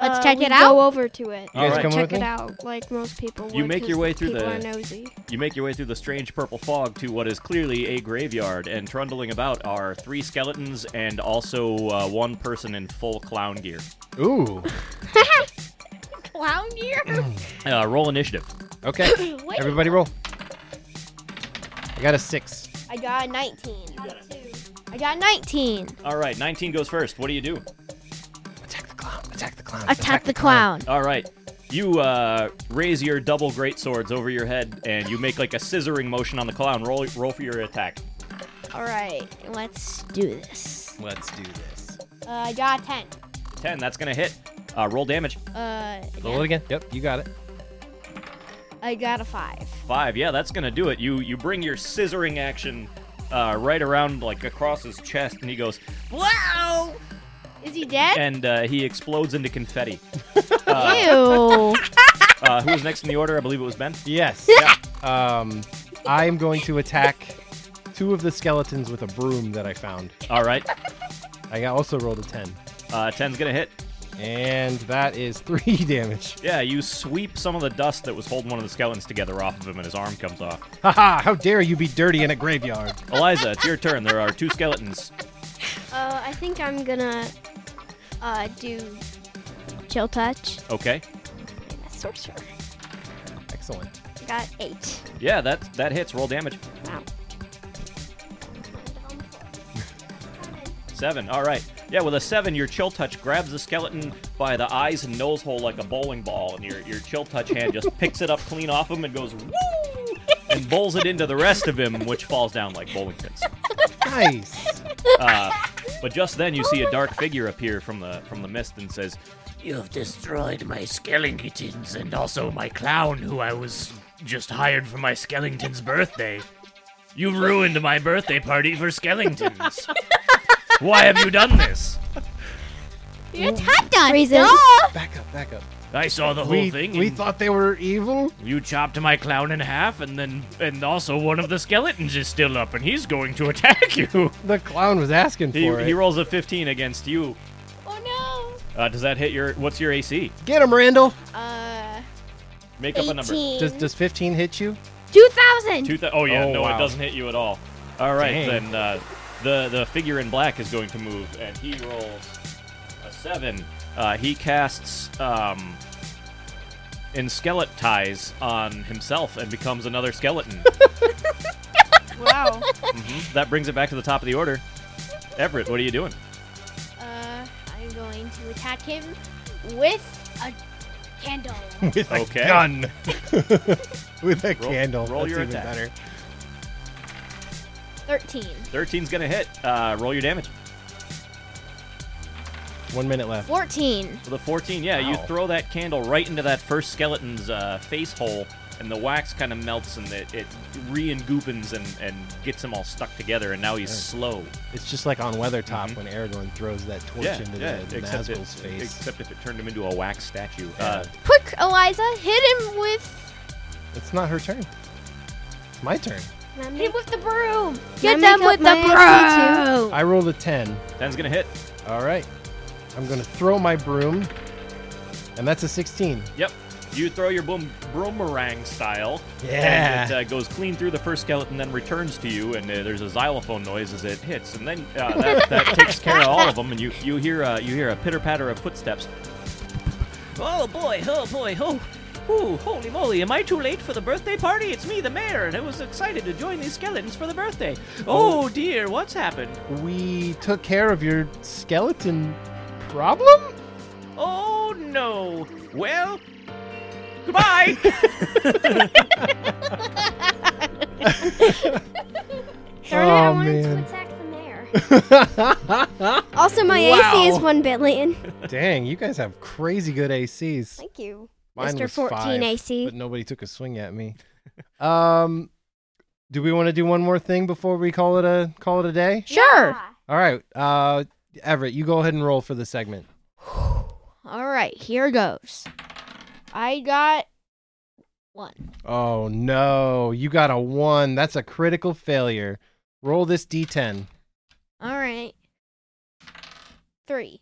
Speaker 5: Let's
Speaker 6: uh,
Speaker 5: check
Speaker 6: we
Speaker 5: it out.
Speaker 6: Go over to it.
Speaker 4: You guys
Speaker 6: Like,
Speaker 2: coming
Speaker 6: check
Speaker 2: with
Speaker 6: it
Speaker 2: me?
Speaker 6: out, like most people.
Speaker 4: You
Speaker 6: would,
Speaker 4: make your
Speaker 6: 'cause
Speaker 4: way through
Speaker 6: people
Speaker 4: the-
Speaker 6: People are nosy.
Speaker 4: You make your way through the strange purple fog to what is clearly a graveyard, and trundling about are three skeletons and also uh, one person in full clown gear.
Speaker 2: Ooh.
Speaker 5: Clown
Speaker 2: [laughs]
Speaker 5: gear?
Speaker 4: Uh, roll initiative.
Speaker 2: Okay.
Speaker 5: Wait,
Speaker 2: Everybody roll. I got a six.
Speaker 5: I got a 19.
Speaker 6: Uh,
Speaker 5: I got a 19.
Speaker 4: All right, 19 goes first. What do you do?
Speaker 2: Attack the clown. Attack the clown.
Speaker 5: Attack the clown.
Speaker 4: All right. You uh, raise your double great swords over your head, and you make like a scissoring motion on the clown. Roll, roll for your attack.
Speaker 5: All right, let's do this.
Speaker 2: Let's do this.
Speaker 5: Uh, I got a 10.
Speaker 4: Ten. That's gonna hit. Uh, roll damage.
Speaker 5: Uh,
Speaker 2: Roll it again. Yep, you got it.
Speaker 5: I got a 5.
Speaker 4: Five. Yeah, that's gonna do it. You you bring your scissoring action uh, right around like across his chest, and he goes
Speaker 5: Wow! Is he dead?
Speaker 4: and uh, he explodes into confetti.
Speaker 5: [laughs] Ew.
Speaker 4: Uh, who was next in the order? I believe it was Ben. [laughs]
Speaker 2: Yes. Um, I am going to attack two of the skeletons with a broom that I found.
Speaker 4: All right.
Speaker 2: I also rolled a ten,
Speaker 4: Uh, ten's gonna hit.
Speaker 2: and that is three [laughs] damage.
Speaker 4: Yeah, you sweep some of the dust that was holding one of the skeletons together off of him, and his arm comes off.
Speaker 2: Haha! How dare you be dirty in a graveyard?
Speaker 4: Eliza, it's your turn. There are two skeletons.
Speaker 6: Uh, I think I'm gonna uh, do chill touch.
Speaker 4: Okay.
Speaker 6: I'm a sorcerer.
Speaker 2: Excellent.
Speaker 6: I got eight.
Speaker 4: Yeah, that that hits. Roll damage.
Speaker 6: Wow.
Speaker 4: Seven. All right. Yeah, with a seven, your chill touch grabs the skeleton by the eyes and nose hole like a bowling ball, and your your chill touch hand just picks it up clean off him and goes woo, and bowls it into the rest of him, which falls down like bowling pins. [laughs]
Speaker 2: Nice.
Speaker 4: Uh, but just then, you see a dark figure appear from the from the mist and says,
Speaker 9: You've destroyed my skeletons and also my clown, who I was just hired for my skeleton's birthday. You've ruined my birthday party for
Speaker 2: [laughs]
Speaker 9: skeletons. Why have you done this?
Speaker 5: You attacked us.
Speaker 6: Reasons.
Speaker 5: duh!
Speaker 2: Back up. Back up.
Speaker 9: I saw the whole
Speaker 2: We,
Speaker 9: thing.
Speaker 2: we
Speaker 9: and
Speaker 2: thought they were evil.
Speaker 9: you chopped my clown in half, and then and also one of the skeletons is still up, and he's going to attack [laughs] you.
Speaker 2: The clown was asking for
Speaker 4: He,
Speaker 2: it.
Speaker 4: he rolls a 15 against you.
Speaker 5: Oh
Speaker 4: Uh, does that hit your? What's your AC?
Speaker 2: Get him, Randall.
Speaker 5: no. Uh,
Speaker 4: Make up a number.
Speaker 5: 18.
Speaker 2: Does does fifteen hit you? [laughs]
Speaker 5: 2000.
Speaker 4: Two thou- oh yeah,
Speaker 2: Oh,
Speaker 4: no,
Speaker 2: wow.
Speaker 4: it doesn't hit you at all. All right,
Speaker 2: Dang.
Speaker 4: then uh, the the figure in black is going to move, and he rolls a seven. Uh, he casts um, in skeletize on himself and becomes another skeleton.
Speaker 6: Wow.
Speaker 4: Mhm. That brings it back to the top of the order. Everett, what are you doing?
Speaker 5: Uh, I'm going to attack him with a candle.
Speaker 2: With a
Speaker 4: Okay.
Speaker 2: gun. With a
Speaker 4: Oh, Roll-
Speaker 2: candle.
Speaker 4: roll
Speaker 2: That's
Speaker 4: your
Speaker 2: even
Speaker 4: attack.
Speaker 2: better.
Speaker 5: 13.
Speaker 4: 13's gonna hit. Uh, roll your damage.
Speaker 2: One minute left.
Speaker 5: 14.
Speaker 4: With a 14, yeah, you
Speaker 2: Wow.
Speaker 4: throw that candle right into that first skeleton's uh, face hole, and the wax kind of melts and it, it re engoopens and, and gets him all stuck together, and now he's slow.
Speaker 2: It's just like on Weathertop when Aragorn throws that torch
Speaker 4: Mm-hmm. yeah, yeah,
Speaker 2: into the, the
Speaker 4: except, it,
Speaker 2: Nazgul's face.
Speaker 4: except if it turned him into a wax statue. Uh,
Speaker 5: Quick, Eliza, hit him with
Speaker 2: It's not her turn. It's my turn.
Speaker 5: hit him with the broom.
Speaker 6: I
Speaker 5: Get
Speaker 6: make
Speaker 5: them with
Speaker 6: up my
Speaker 5: the broom.
Speaker 2: I rolled a 10.
Speaker 4: 10's gonna hit.
Speaker 2: All right. I'm going to throw my broom. And that's a 16.
Speaker 4: Yep. You throw your boom, boomerang style.
Speaker 2: Yeah.
Speaker 4: And it uh, goes clean through the first skeleton, then returns to you, and uh, there's a xylophone noise as it hits, and then uh, that, that takes care of all of them, and you you hear uh, you hear a pitter patter of footsteps. Oh boy! Oh boy! Oh. Ooh, holy moly, am I too late for the birthday party? It's me, the mayor, and I was excited to join these skeletons for the birthday. Oh dear, what's happened?
Speaker 2: We took care of your skeleton problem? [laughs]
Speaker 4: Oh no! Well, goodbye!
Speaker 6: Darn it, I
Speaker 2: Oh,
Speaker 6: wanted
Speaker 2: man.
Speaker 6: to attack the
Speaker 4: [laughs]
Speaker 6: mayor. also, my AC is 1 billion.
Speaker 2: Dang, you guys have crazy good ACs.
Speaker 6: [laughs] Thank you.
Speaker 2: Mine
Speaker 6: Mr.
Speaker 2: was
Speaker 6: 14
Speaker 2: five,
Speaker 6: AC.
Speaker 2: But nobody took a swing at me. [laughs] um do we want to do one more thing before we call it a call it a day?
Speaker 5: Sure.
Speaker 2: All right. Uh Everett, you go ahead and roll for the segment.
Speaker 5: All right, here goes. I got one.
Speaker 2: Oh no, you got a one. That's a critical failure. Roll this d10.
Speaker 5: All right. Three.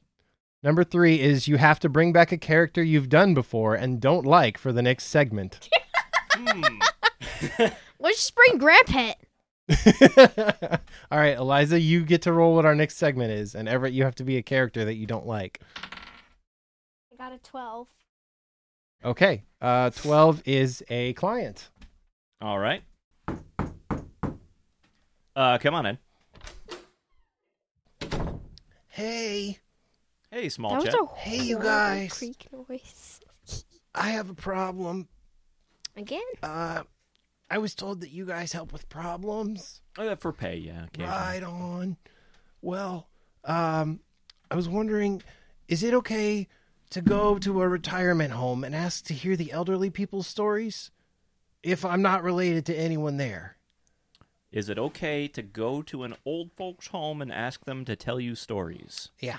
Speaker 2: Number three is you have to bring back a character you've done before and don't like for the next segment. [laughs]
Speaker 5: Let's just bring Grandpa.
Speaker 2: All right, Eliza, you get to roll what our next segment is, and Everett, you have to be a character that you don't like.
Speaker 6: I got a 12.
Speaker 2: Okay, uh, twelve is a client.
Speaker 4: [laughs] All right. Uh, come on in.
Speaker 2: Hey,
Speaker 4: Hey, small
Speaker 6: That was
Speaker 4: chap.
Speaker 6: a
Speaker 2: Hey, you
Speaker 6: horrible
Speaker 2: guys.
Speaker 6: creak noise.
Speaker 2: I have a problem.
Speaker 5: Again?
Speaker 2: Uh, I was told that you guys help with problems.
Speaker 4: Uh, for pay, yeah. occasionally.
Speaker 2: Right on. Well, um, I was wondering, is it okay to go to a retirement home and ask to hear the elderly people's stories if I'm not related to anyone there?
Speaker 4: Is it okay to go to an old folks' home and ask them to tell you stories?
Speaker 2: Yeah.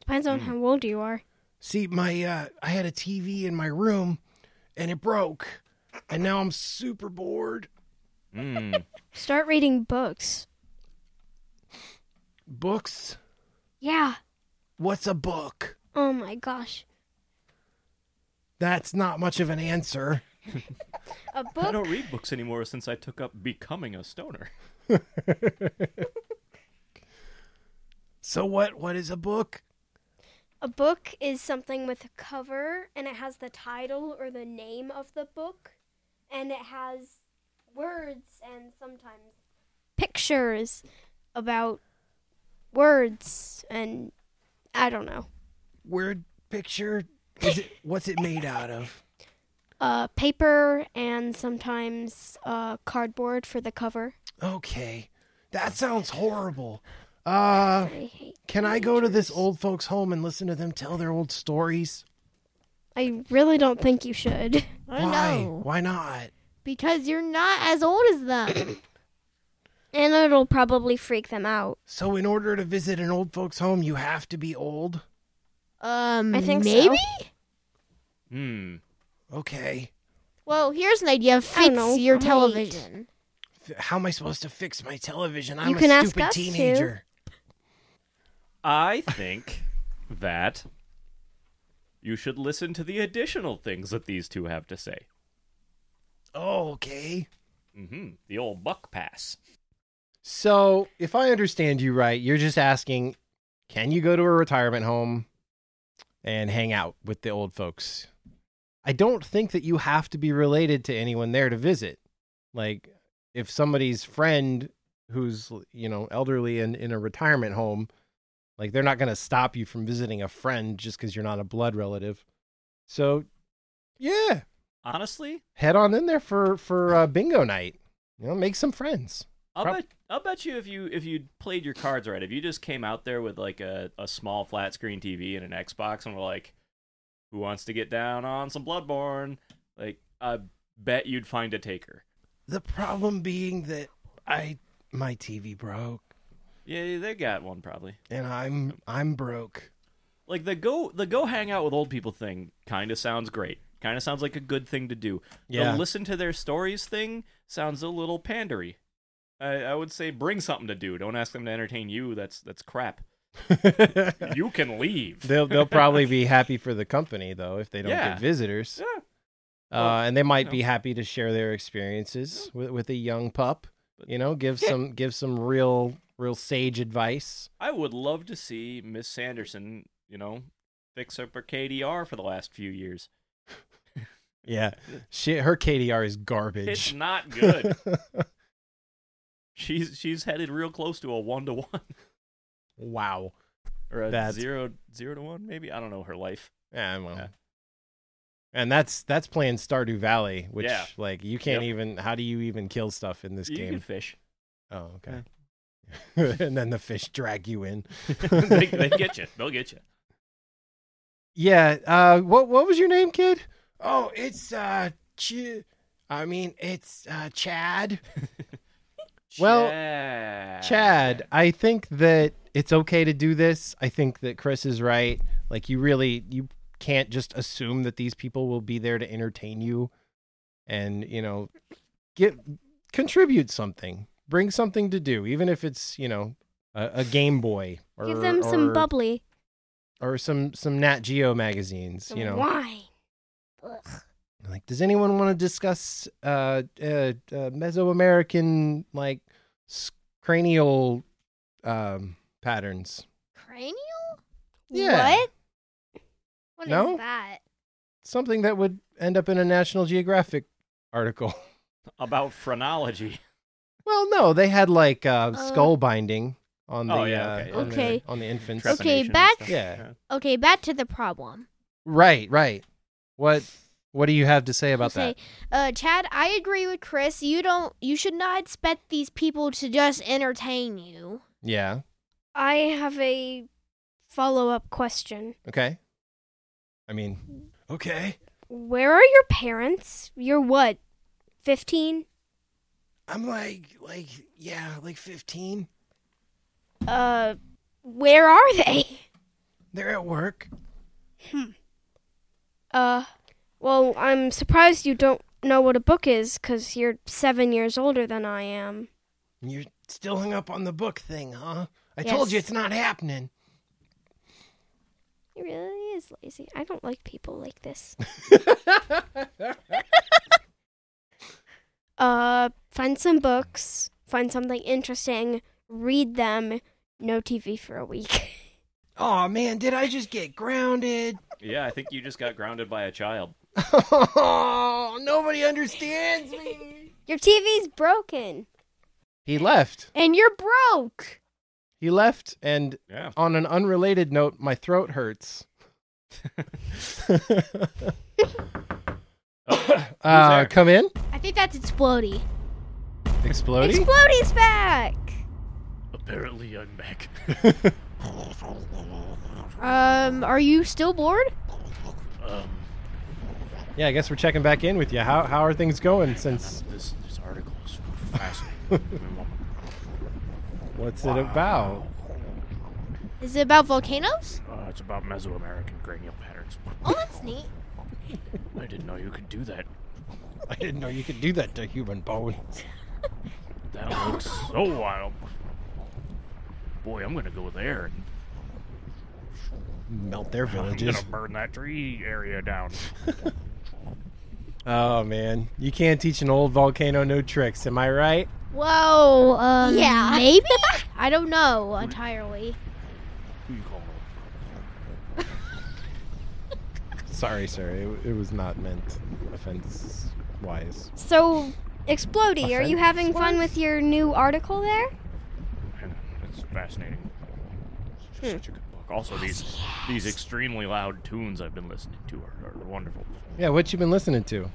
Speaker 6: Depends
Speaker 4: Hmm.
Speaker 6: on how old you are.
Speaker 2: See, my uh, I had a TV in my room, and it broke, and now I'm super bored.
Speaker 4: Mm.
Speaker 6: Start reading books.
Speaker 2: Books?
Speaker 6: Yeah.
Speaker 2: What's a book?
Speaker 6: Oh my gosh.
Speaker 2: That's not much of an answer.
Speaker 6: A
Speaker 4: [laughs] I
Speaker 6: book.
Speaker 4: don't read books anymore since I took up becoming a stoner.
Speaker 2: So what? What is a book?
Speaker 6: A book is something with a cover and it has the title or the name of the book and it has words and sometimes pictures about words and I don't know.
Speaker 2: Word picture? Is it? What's it made out of?
Speaker 6: Uh, paper and sometimes uh, cardboard for the cover.
Speaker 2: Okay. That sounds horrible. Uh
Speaker 6: I hate.
Speaker 2: can I go to this old folks home and listen to them tell their old stories?
Speaker 6: I really don't think
Speaker 4: [laughs]
Speaker 6: you should.
Speaker 5: I
Speaker 2: Why?
Speaker 5: know.
Speaker 2: Why not?
Speaker 5: Because you're not as old as [coughs] them.
Speaker 6: And it'll probably freak them out.
Speaker 2: So in order to visit an old folks home, you have to be old?
Speaker 5: um,
Speaker 6: I think so.
Speaker 5: maybe?
Speaker 4: Hmm.
Speaker 2: Okay.
Speaker 5: Well, here's an idea.
Speaker 6: I don't
Speaker 5: Fix
Speaker 6: know.
Speaker 5: your
Speaker 6: Wait.
Speaker 5: television.
Speaker 2: F- How am I supposed to fix my television? I'm
Speaker 6: You can
Speaker 2: a
Speaker 6: ask
Speaker 2: stupid
Speaker 6: us to.
Speaker 2: teenager.
Speaker 4: I think that you should listen to the additional things that these two have to say.
Speaker 2: Oh, okay.
Speaker 4: Mm-hmm. The old buck pass.
Speaker 2: So, if I understand you right, you're just asking, can you go to a retirement home and hang out with the old folks? I don't think that you have to be related to anyone there to visit. Like, if somebody's friend who's, you know, elderly and in a retirement home, like, they're not going to stop you from visiting a friend just because you're not a blood relative. So, yeah,
Speaker 4: Honestly,
Speaker 2: head on in there for, for uh, bingo night. You know, make some friends.
Speaker 4: I'll
Speaker 2: Prob-
Speaker 4: bet I'll bet you if you if you played your cards right, if you just came out there with like a, a small flat screen TV and an Xbox and were like, Who wants to get down on some Bloodborne? Like I bet you'd find a taker.
Speaker 2: The problem being that I my TV broke
Speaker 4: Yeah, they got one probably.
Speaker 2: and I'm I'm broke.
Speaker 4: Like the go the go hang out with old people thing kinda sounds great. Kinda sounds like a good thing to do.
Speaker 2: Yeah.
Speaker 4: The listen to their stories thing sounds a little pandery. I, I would say bring something to do. Don't ask them to entertain you. That's that's crap. [laughs] You can leave.
Speaker 2: [laughs] they'll they'll probably [laughs] be happy for the company though if they don't
Speaker 4: Yeah.
Speaker 2: get visitors.
Speaker 4: [laughs] Yeah.
Speaker 2: Uh,
Speaker 4: Well,
Speaker 2: and they might
Speaker 4: you
Speaker 2: be happy to share their experiences with with a young pup. You know, give
Speaker 4: Yeah.
Speaker 2: some give some real real sage advice.
Speaker 4: I would love to see Miss Sanderson, you know, fix up her KDR for the last few years.
Speaker 2: Yeah, she her KDR is
Speaker 4: It's
Speaker 2: garbage.
Speaker 4: not
Speaker 2: [laughs]
Speaker 4: good. she's she's headed real close to a one to one
Speaker 2: wow.
Speaker 4: or a
Speaker 2: That's-
Speaker 4: zero zero to one, maybe. I don't know her life.
Speaker 2: Yeah, well.
Speaker 4: Yeah.
Speaker 2: And that's that's playing Stardew Valley, which
Speaker 4: Yeah.
Speaker 2: like you can't
Speaker 4: Yep.
Speaker 2: even how do you even kill stuff in this
Speaker 4: you
Speaker 2: game?
Speaker 4: can fish. [laughs]
Speaker 2: Oh, okay. [laughs] and then the fish drag you in.
Speaker 4: [laughs] they, they get you. They'll get you.
Speaker 2: [laughs] yeah. Uh, what what was your name, kid? Oh, it's uh, Ch- I mean, it's uh, Chad. Well,
Speaker 4: Chad.
Speaker 2: Chad. I think that it's okay to do this. I think that Chris is right. Like, you really you can't just assume that these people will be there to entertain you, and you know, get contribute something, bring something to do, even if it's you know a, a Game Boy. Or,
Speaker 6: Give them
Speaker 2: or-
Speaker 6: some bubbly.
Speaker 2: or some some Nat Geo magazines. You know,
Speaker 6: wine.
Speaker 2: like does anyone want to discuss uh, uh, uh mesoamerican like s- cranial um patterns
Speaker 5: Cranial?
Speaker 2: Yeah.
Speaker 6: What?
Speaker 5: What is
Speaker 2: No?
Speaker 5: that?
Speaker 2: something that would end up in a national geographic article [laughs]
Speaker 4: about phrenology.
Speaker 2: well no they had like uh,
Speaker 6: Uh,
Speaker 2: skull binding on the
Speaker 4: oh, yeah,
Speaker 2: uh,
Speaker 4: okay, yeah.
Speaker 2: on the-
Speaker 5: Okay.
Speaker 2: on the infants
Speaker 5: Trepid-
Speaker 4: Trepanation and
Speaker 5: back-
Speaker 4: stuff.
Speaker 2: Yeah.
Speaker 5: Okay, back to the problem.
Speaker 2: right right what what do you have to say about
Speaker 5: Say,
Speaker 2: that
Speaker 5: uh, Chad, I agree with Chris. You don't. You should not expect these people to just entertain you.
Speaker 2: yeah
Speaker 6: I have a follow up question.
Speaker 2: okay i mean okay
Speaker 6: Where are your parents? You're what? 15?
Speaker 2: i'm like like yeah like 15
Speaker 6: Uh, where are they? [laughs]
Speaker 2: they're at work
Speaker 6: Uh, well, I'm surprised you don't know what a book is because you're seven years older than I am.
Speaker 2: You're still hung up on the book thing, huh? I
Speaker 6: Yes.
Speaker 2: told you it's not happening.
Speaker 6: He really is lazy. I don't like people
Speaker 2: [laughs]
Speaker 6: like this. uh, find some books, find something interesting, read them. No TV for a week. [laughs]
Speaker 2: Oh man, did I just get grounded?
Speaker 4: Yeah, I think you just got grounded by a child.
Speaker 2: Oh, [laughs] nobody understands me.
Speaker 6: Your TV's broken.
Speaker 2: He left.
Speaker 5: And you're broke.
Speaker 2: He left, and
Speaker 4: Yeah.
Speaker 2: on an unrelated note, my throat hurts. uh,
Speaker 9: Oh,
Speaker 4: there?
Speaker 2: Uh, come in.
Speaker 5: I think that's explodey.
Speaker 2: Exploding.
Speaker 6: Explodey's back.
Speaker 9: Apparently, I'm
Speaker 4: [laughs]
Speaker 9: back.
Speaker 5: Um, are you still bored?
Speaker 9: Um,
Speaker 2: yeah, I guess we're checking back in with you. How how are things going since
Speaker 9: this this article is
Speaker 4: [laughs]
Speaker 9: fascinating.
Speaker 2: what's it about?
Speaker 5: Is it about volcanoes?
Speaker 9: uh, it's about Mesoamerican cranial patterns.
Speaker 5: Oh, that's neat.
Speaker 9: I didn't know you could do that.
Speaker 2: I didn't know you could do that to human bones.
Speaker 9: That looks
Speaker 4: [laughs]
Speaker 9: so wild. Boy, I'm gonna go there and
Speaker 2: Melt [laughs] their
Speaker 9: I'm
Speaker 2: villages.
Speaker 9: gonna burn that tree area down.
Speaker 2: Oh man, you can't teach an old volcano no tricks. Am I right?
Speaker 5: Whoa. Um, [laughs]
Speaker 6: Yeah.
Speaker 5: Maybe. I don't know entirely.
Speaker 9: Who you calling?
Speaker 2: Sorry, sir. It, it was not meant offense wise.
Speaker 6: So, Explodey, are you having fun with your new article there?
Speaker 9: And It's fascinating. It's just such a good book. Also, these these extremely loud tunes I've been listening to are, are wonderful.
Speaker 2: Yeah, what you been listening to?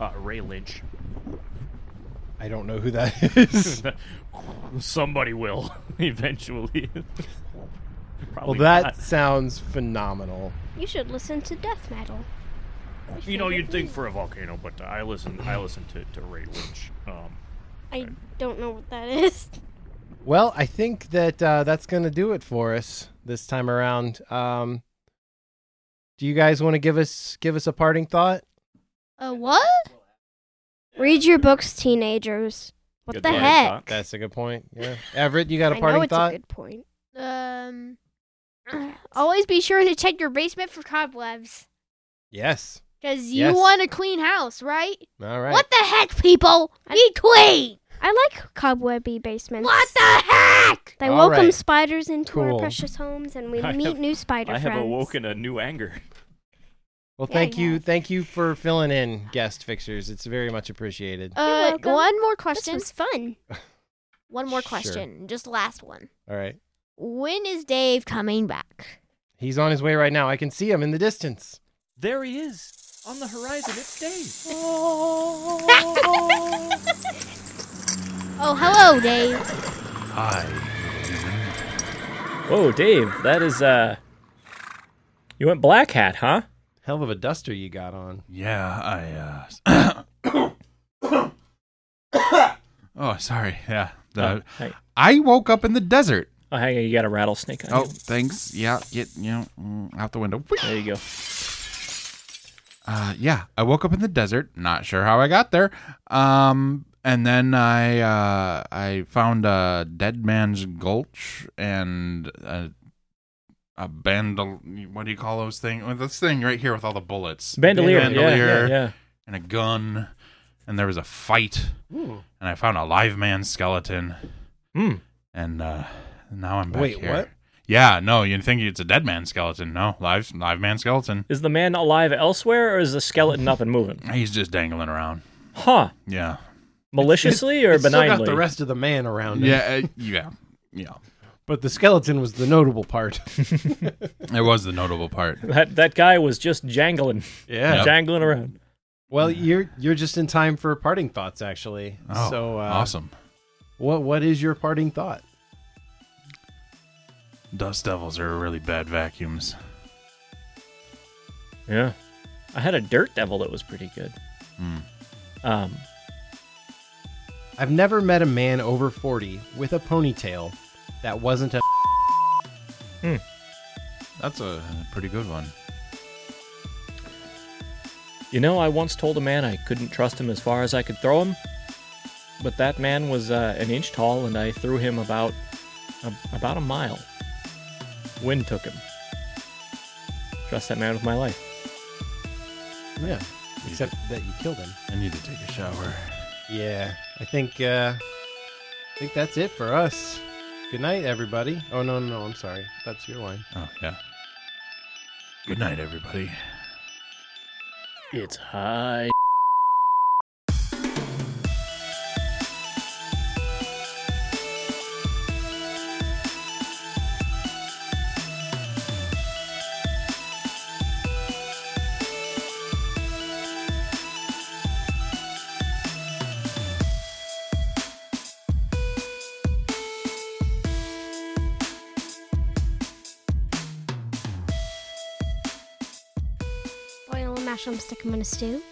Speaker 9: Uh, Ray Lynch. [laughs]
Speaker 2: I don't know who that [laughs] is.
Speaker 9: Somebody will [laughs] eventually.
Speaker 2: well,
Speaker 9: Probably
Speaker 2: Oh, that
Speaker 9: not.
Speaker 2: sounds phenomenal.
Speaker 6: You should listen to death metal.
Speaker 9: you know you'd think for a volcano, but I listen I listen to, to Ray Lynch. Um,
Speaker 6: I don't know what that is.
Speaker 2: Well, I think that uh, that's gonna do it for us this time around. Um, do you guys want to give us give us a parting thought?
Speaker 5: Uh, what?
Speaker 6: Read your books, teenagers. What
Speaker 4: Good
Speaker 6: the
Speaker 4: point,
Speaker 6: heck?
Speaker 4: Doc.
Speaker 2: That's a good point. Yeah, Everett, you got a
Speaker 6: [laughs] I know
Speaker 2: parting
Speaker 6: it's
Speaker 2: thought?
Speaker 6: a good point.
Speaker 5: Um. Always be sure to check your basement for cobwebs,
Speaker 2: Yes.
Speaker 5: cause you
Speaker 2: Yes.
Speaker 5: want a clean house, right?
Speaker 2: All right.
Speaker 5: What the heck, people? Be clean.
Speaker 6: I like cobwebby basements.
Speaker 5: What the heck?
Speaker 6: They
Speaker 2: All
Speaker 6: welcome
Speaker 2: right.
Speaker 6: spiders into
Speaker 2: Cool.
Speaker 6: our precious homes, and
Speaker 4: [laughs]
Speaker 6: we
Speaker 4: I
Speaker 6: meet
Speaker 4: have-
Speaker 6: new spider
Speaker 4: I have
Speaker 6: friends.
Speaker 4: awoken a new anger.
Speaker 2: Well,
Speaker 6: Yeah,
Speaker 2: thank
Speaker 6: you
Speaker 2: you,
Speaker 6: have.
Speaker 2: thank you for filling in, guest fixers. It's very much appreciated.
Speaker 5: Uh,
Speaker 6: welcome.
Speaker 5: one more
Speaker 6: This
Speaker 5: question.
Speaker 6: was fun.
Speaker 5: One more
Speaker 2: Sure.
Speaker 5: question. Just last one.
Speaker 6: Uh,
Speaker 2: All right.
Speaker 5: When is Dave coming back? [laughs]
Speaker 2: He's on his way right now. I can see him in the distance.
Speaker 4: There he is on the horizon. It's Dave.
Speaker 5: Oh, hello, Dave.
Speaker 1: Whoa, Dave, that is uh You went black hat, huh?
Speaker 2: Hell of a duster you got on.
Speaker 3: Yeah, I. uh... oh, sorry. Yeah. the-
Speaker 1: Oh, hey.
Speaker 3: I woke up in the desert.
Speaker 1: Oh, hang on, you got a rattlesnake on
Speaker 3: Oh,
Speaker 1: you.
Speaker 3: thanks. Yeah, get you know mm, out the window.
Speaker 1: There you go.
Speaker 3: Uh, yeah, I woke up in the desert. Not sure how I got there. Um, and then I uh, I found a dead man's gulch and a a bandol. What do you call those thing? Well, this thing right here with all the bullets
Speaker 4: Bandolier. yeah,
Speaker 3: Bandolier.
Speaker 4: Yeah, yeah.
Speaker 3: and a gun, and there was a fight, and I found a live man skeleton,
Speaker 4: Hmm.
Speaker 3: and uh, now I'm back
Speaker 2: Wait,
Speaker 3: here.
Speaker 2: what?
Speaker 3: Yeah, no, you think it's a dead man skeleton? No, live live man skeleton.
Speaker 4: Is the man alive elsewhere, or is the skeleton up and moving?
Speaker 3: He's just dangling around.
Speaker 4: Huh?
Speaker 3: Yeah,
Speaker 4: Maliciously or
Speaker 2: It's
Speaker 4: benignly?
Speaker 2: Still got the rest of the man around. Him,
Speaker 3: yeah, uh, yeah, yeah.
Speaker 2: But the skeleton was the notable part.
Speaker 3: It was the notable part.
Speaker 4: That that guy was just jangling,
Speaker 2: [laughs] yeah.
Speaker 3: Yep.
Speaker 4: jangling around.
Speaker 2: Well, you're you're just in time for parting thoughts, actually.
Speaker 3: Oh,
Speaker 2: so uh,
Speaker 3: awesome!
Speaker 2: What what is your parting thought?
Speaker 3: Dust devils are really bad vacuums.
Speaker 4: Yeah. I had a dirt devil that was pretty good.
Speaker 3: Hmm.
Speaker 4: Um,
Speaker 2: I've never met a man over forty with a ponytail that wasn't a.
Speaker 3: That's a pretty good one.
Speaker 4: you know, I once told a man I couldn't trust him as far as I could throw him, but that man was uh, an inch tall, and I threw him about a, about a mile. Wind took him. Trust that man with my life.
Speaker 2: Yeah. Except that you killed him.
Speaker 3: I need to take a shower.
Speaker 2: Yeah. I think uh, I think that's it for us. Good night, everybody. Oh no, no, no I'm sorry. That's your wine.
Speaker 3: Oh yeah. Good night, everybody.
Speaker 4: It's high.
Speaker 6: Boil and mash them, stick them in a stew.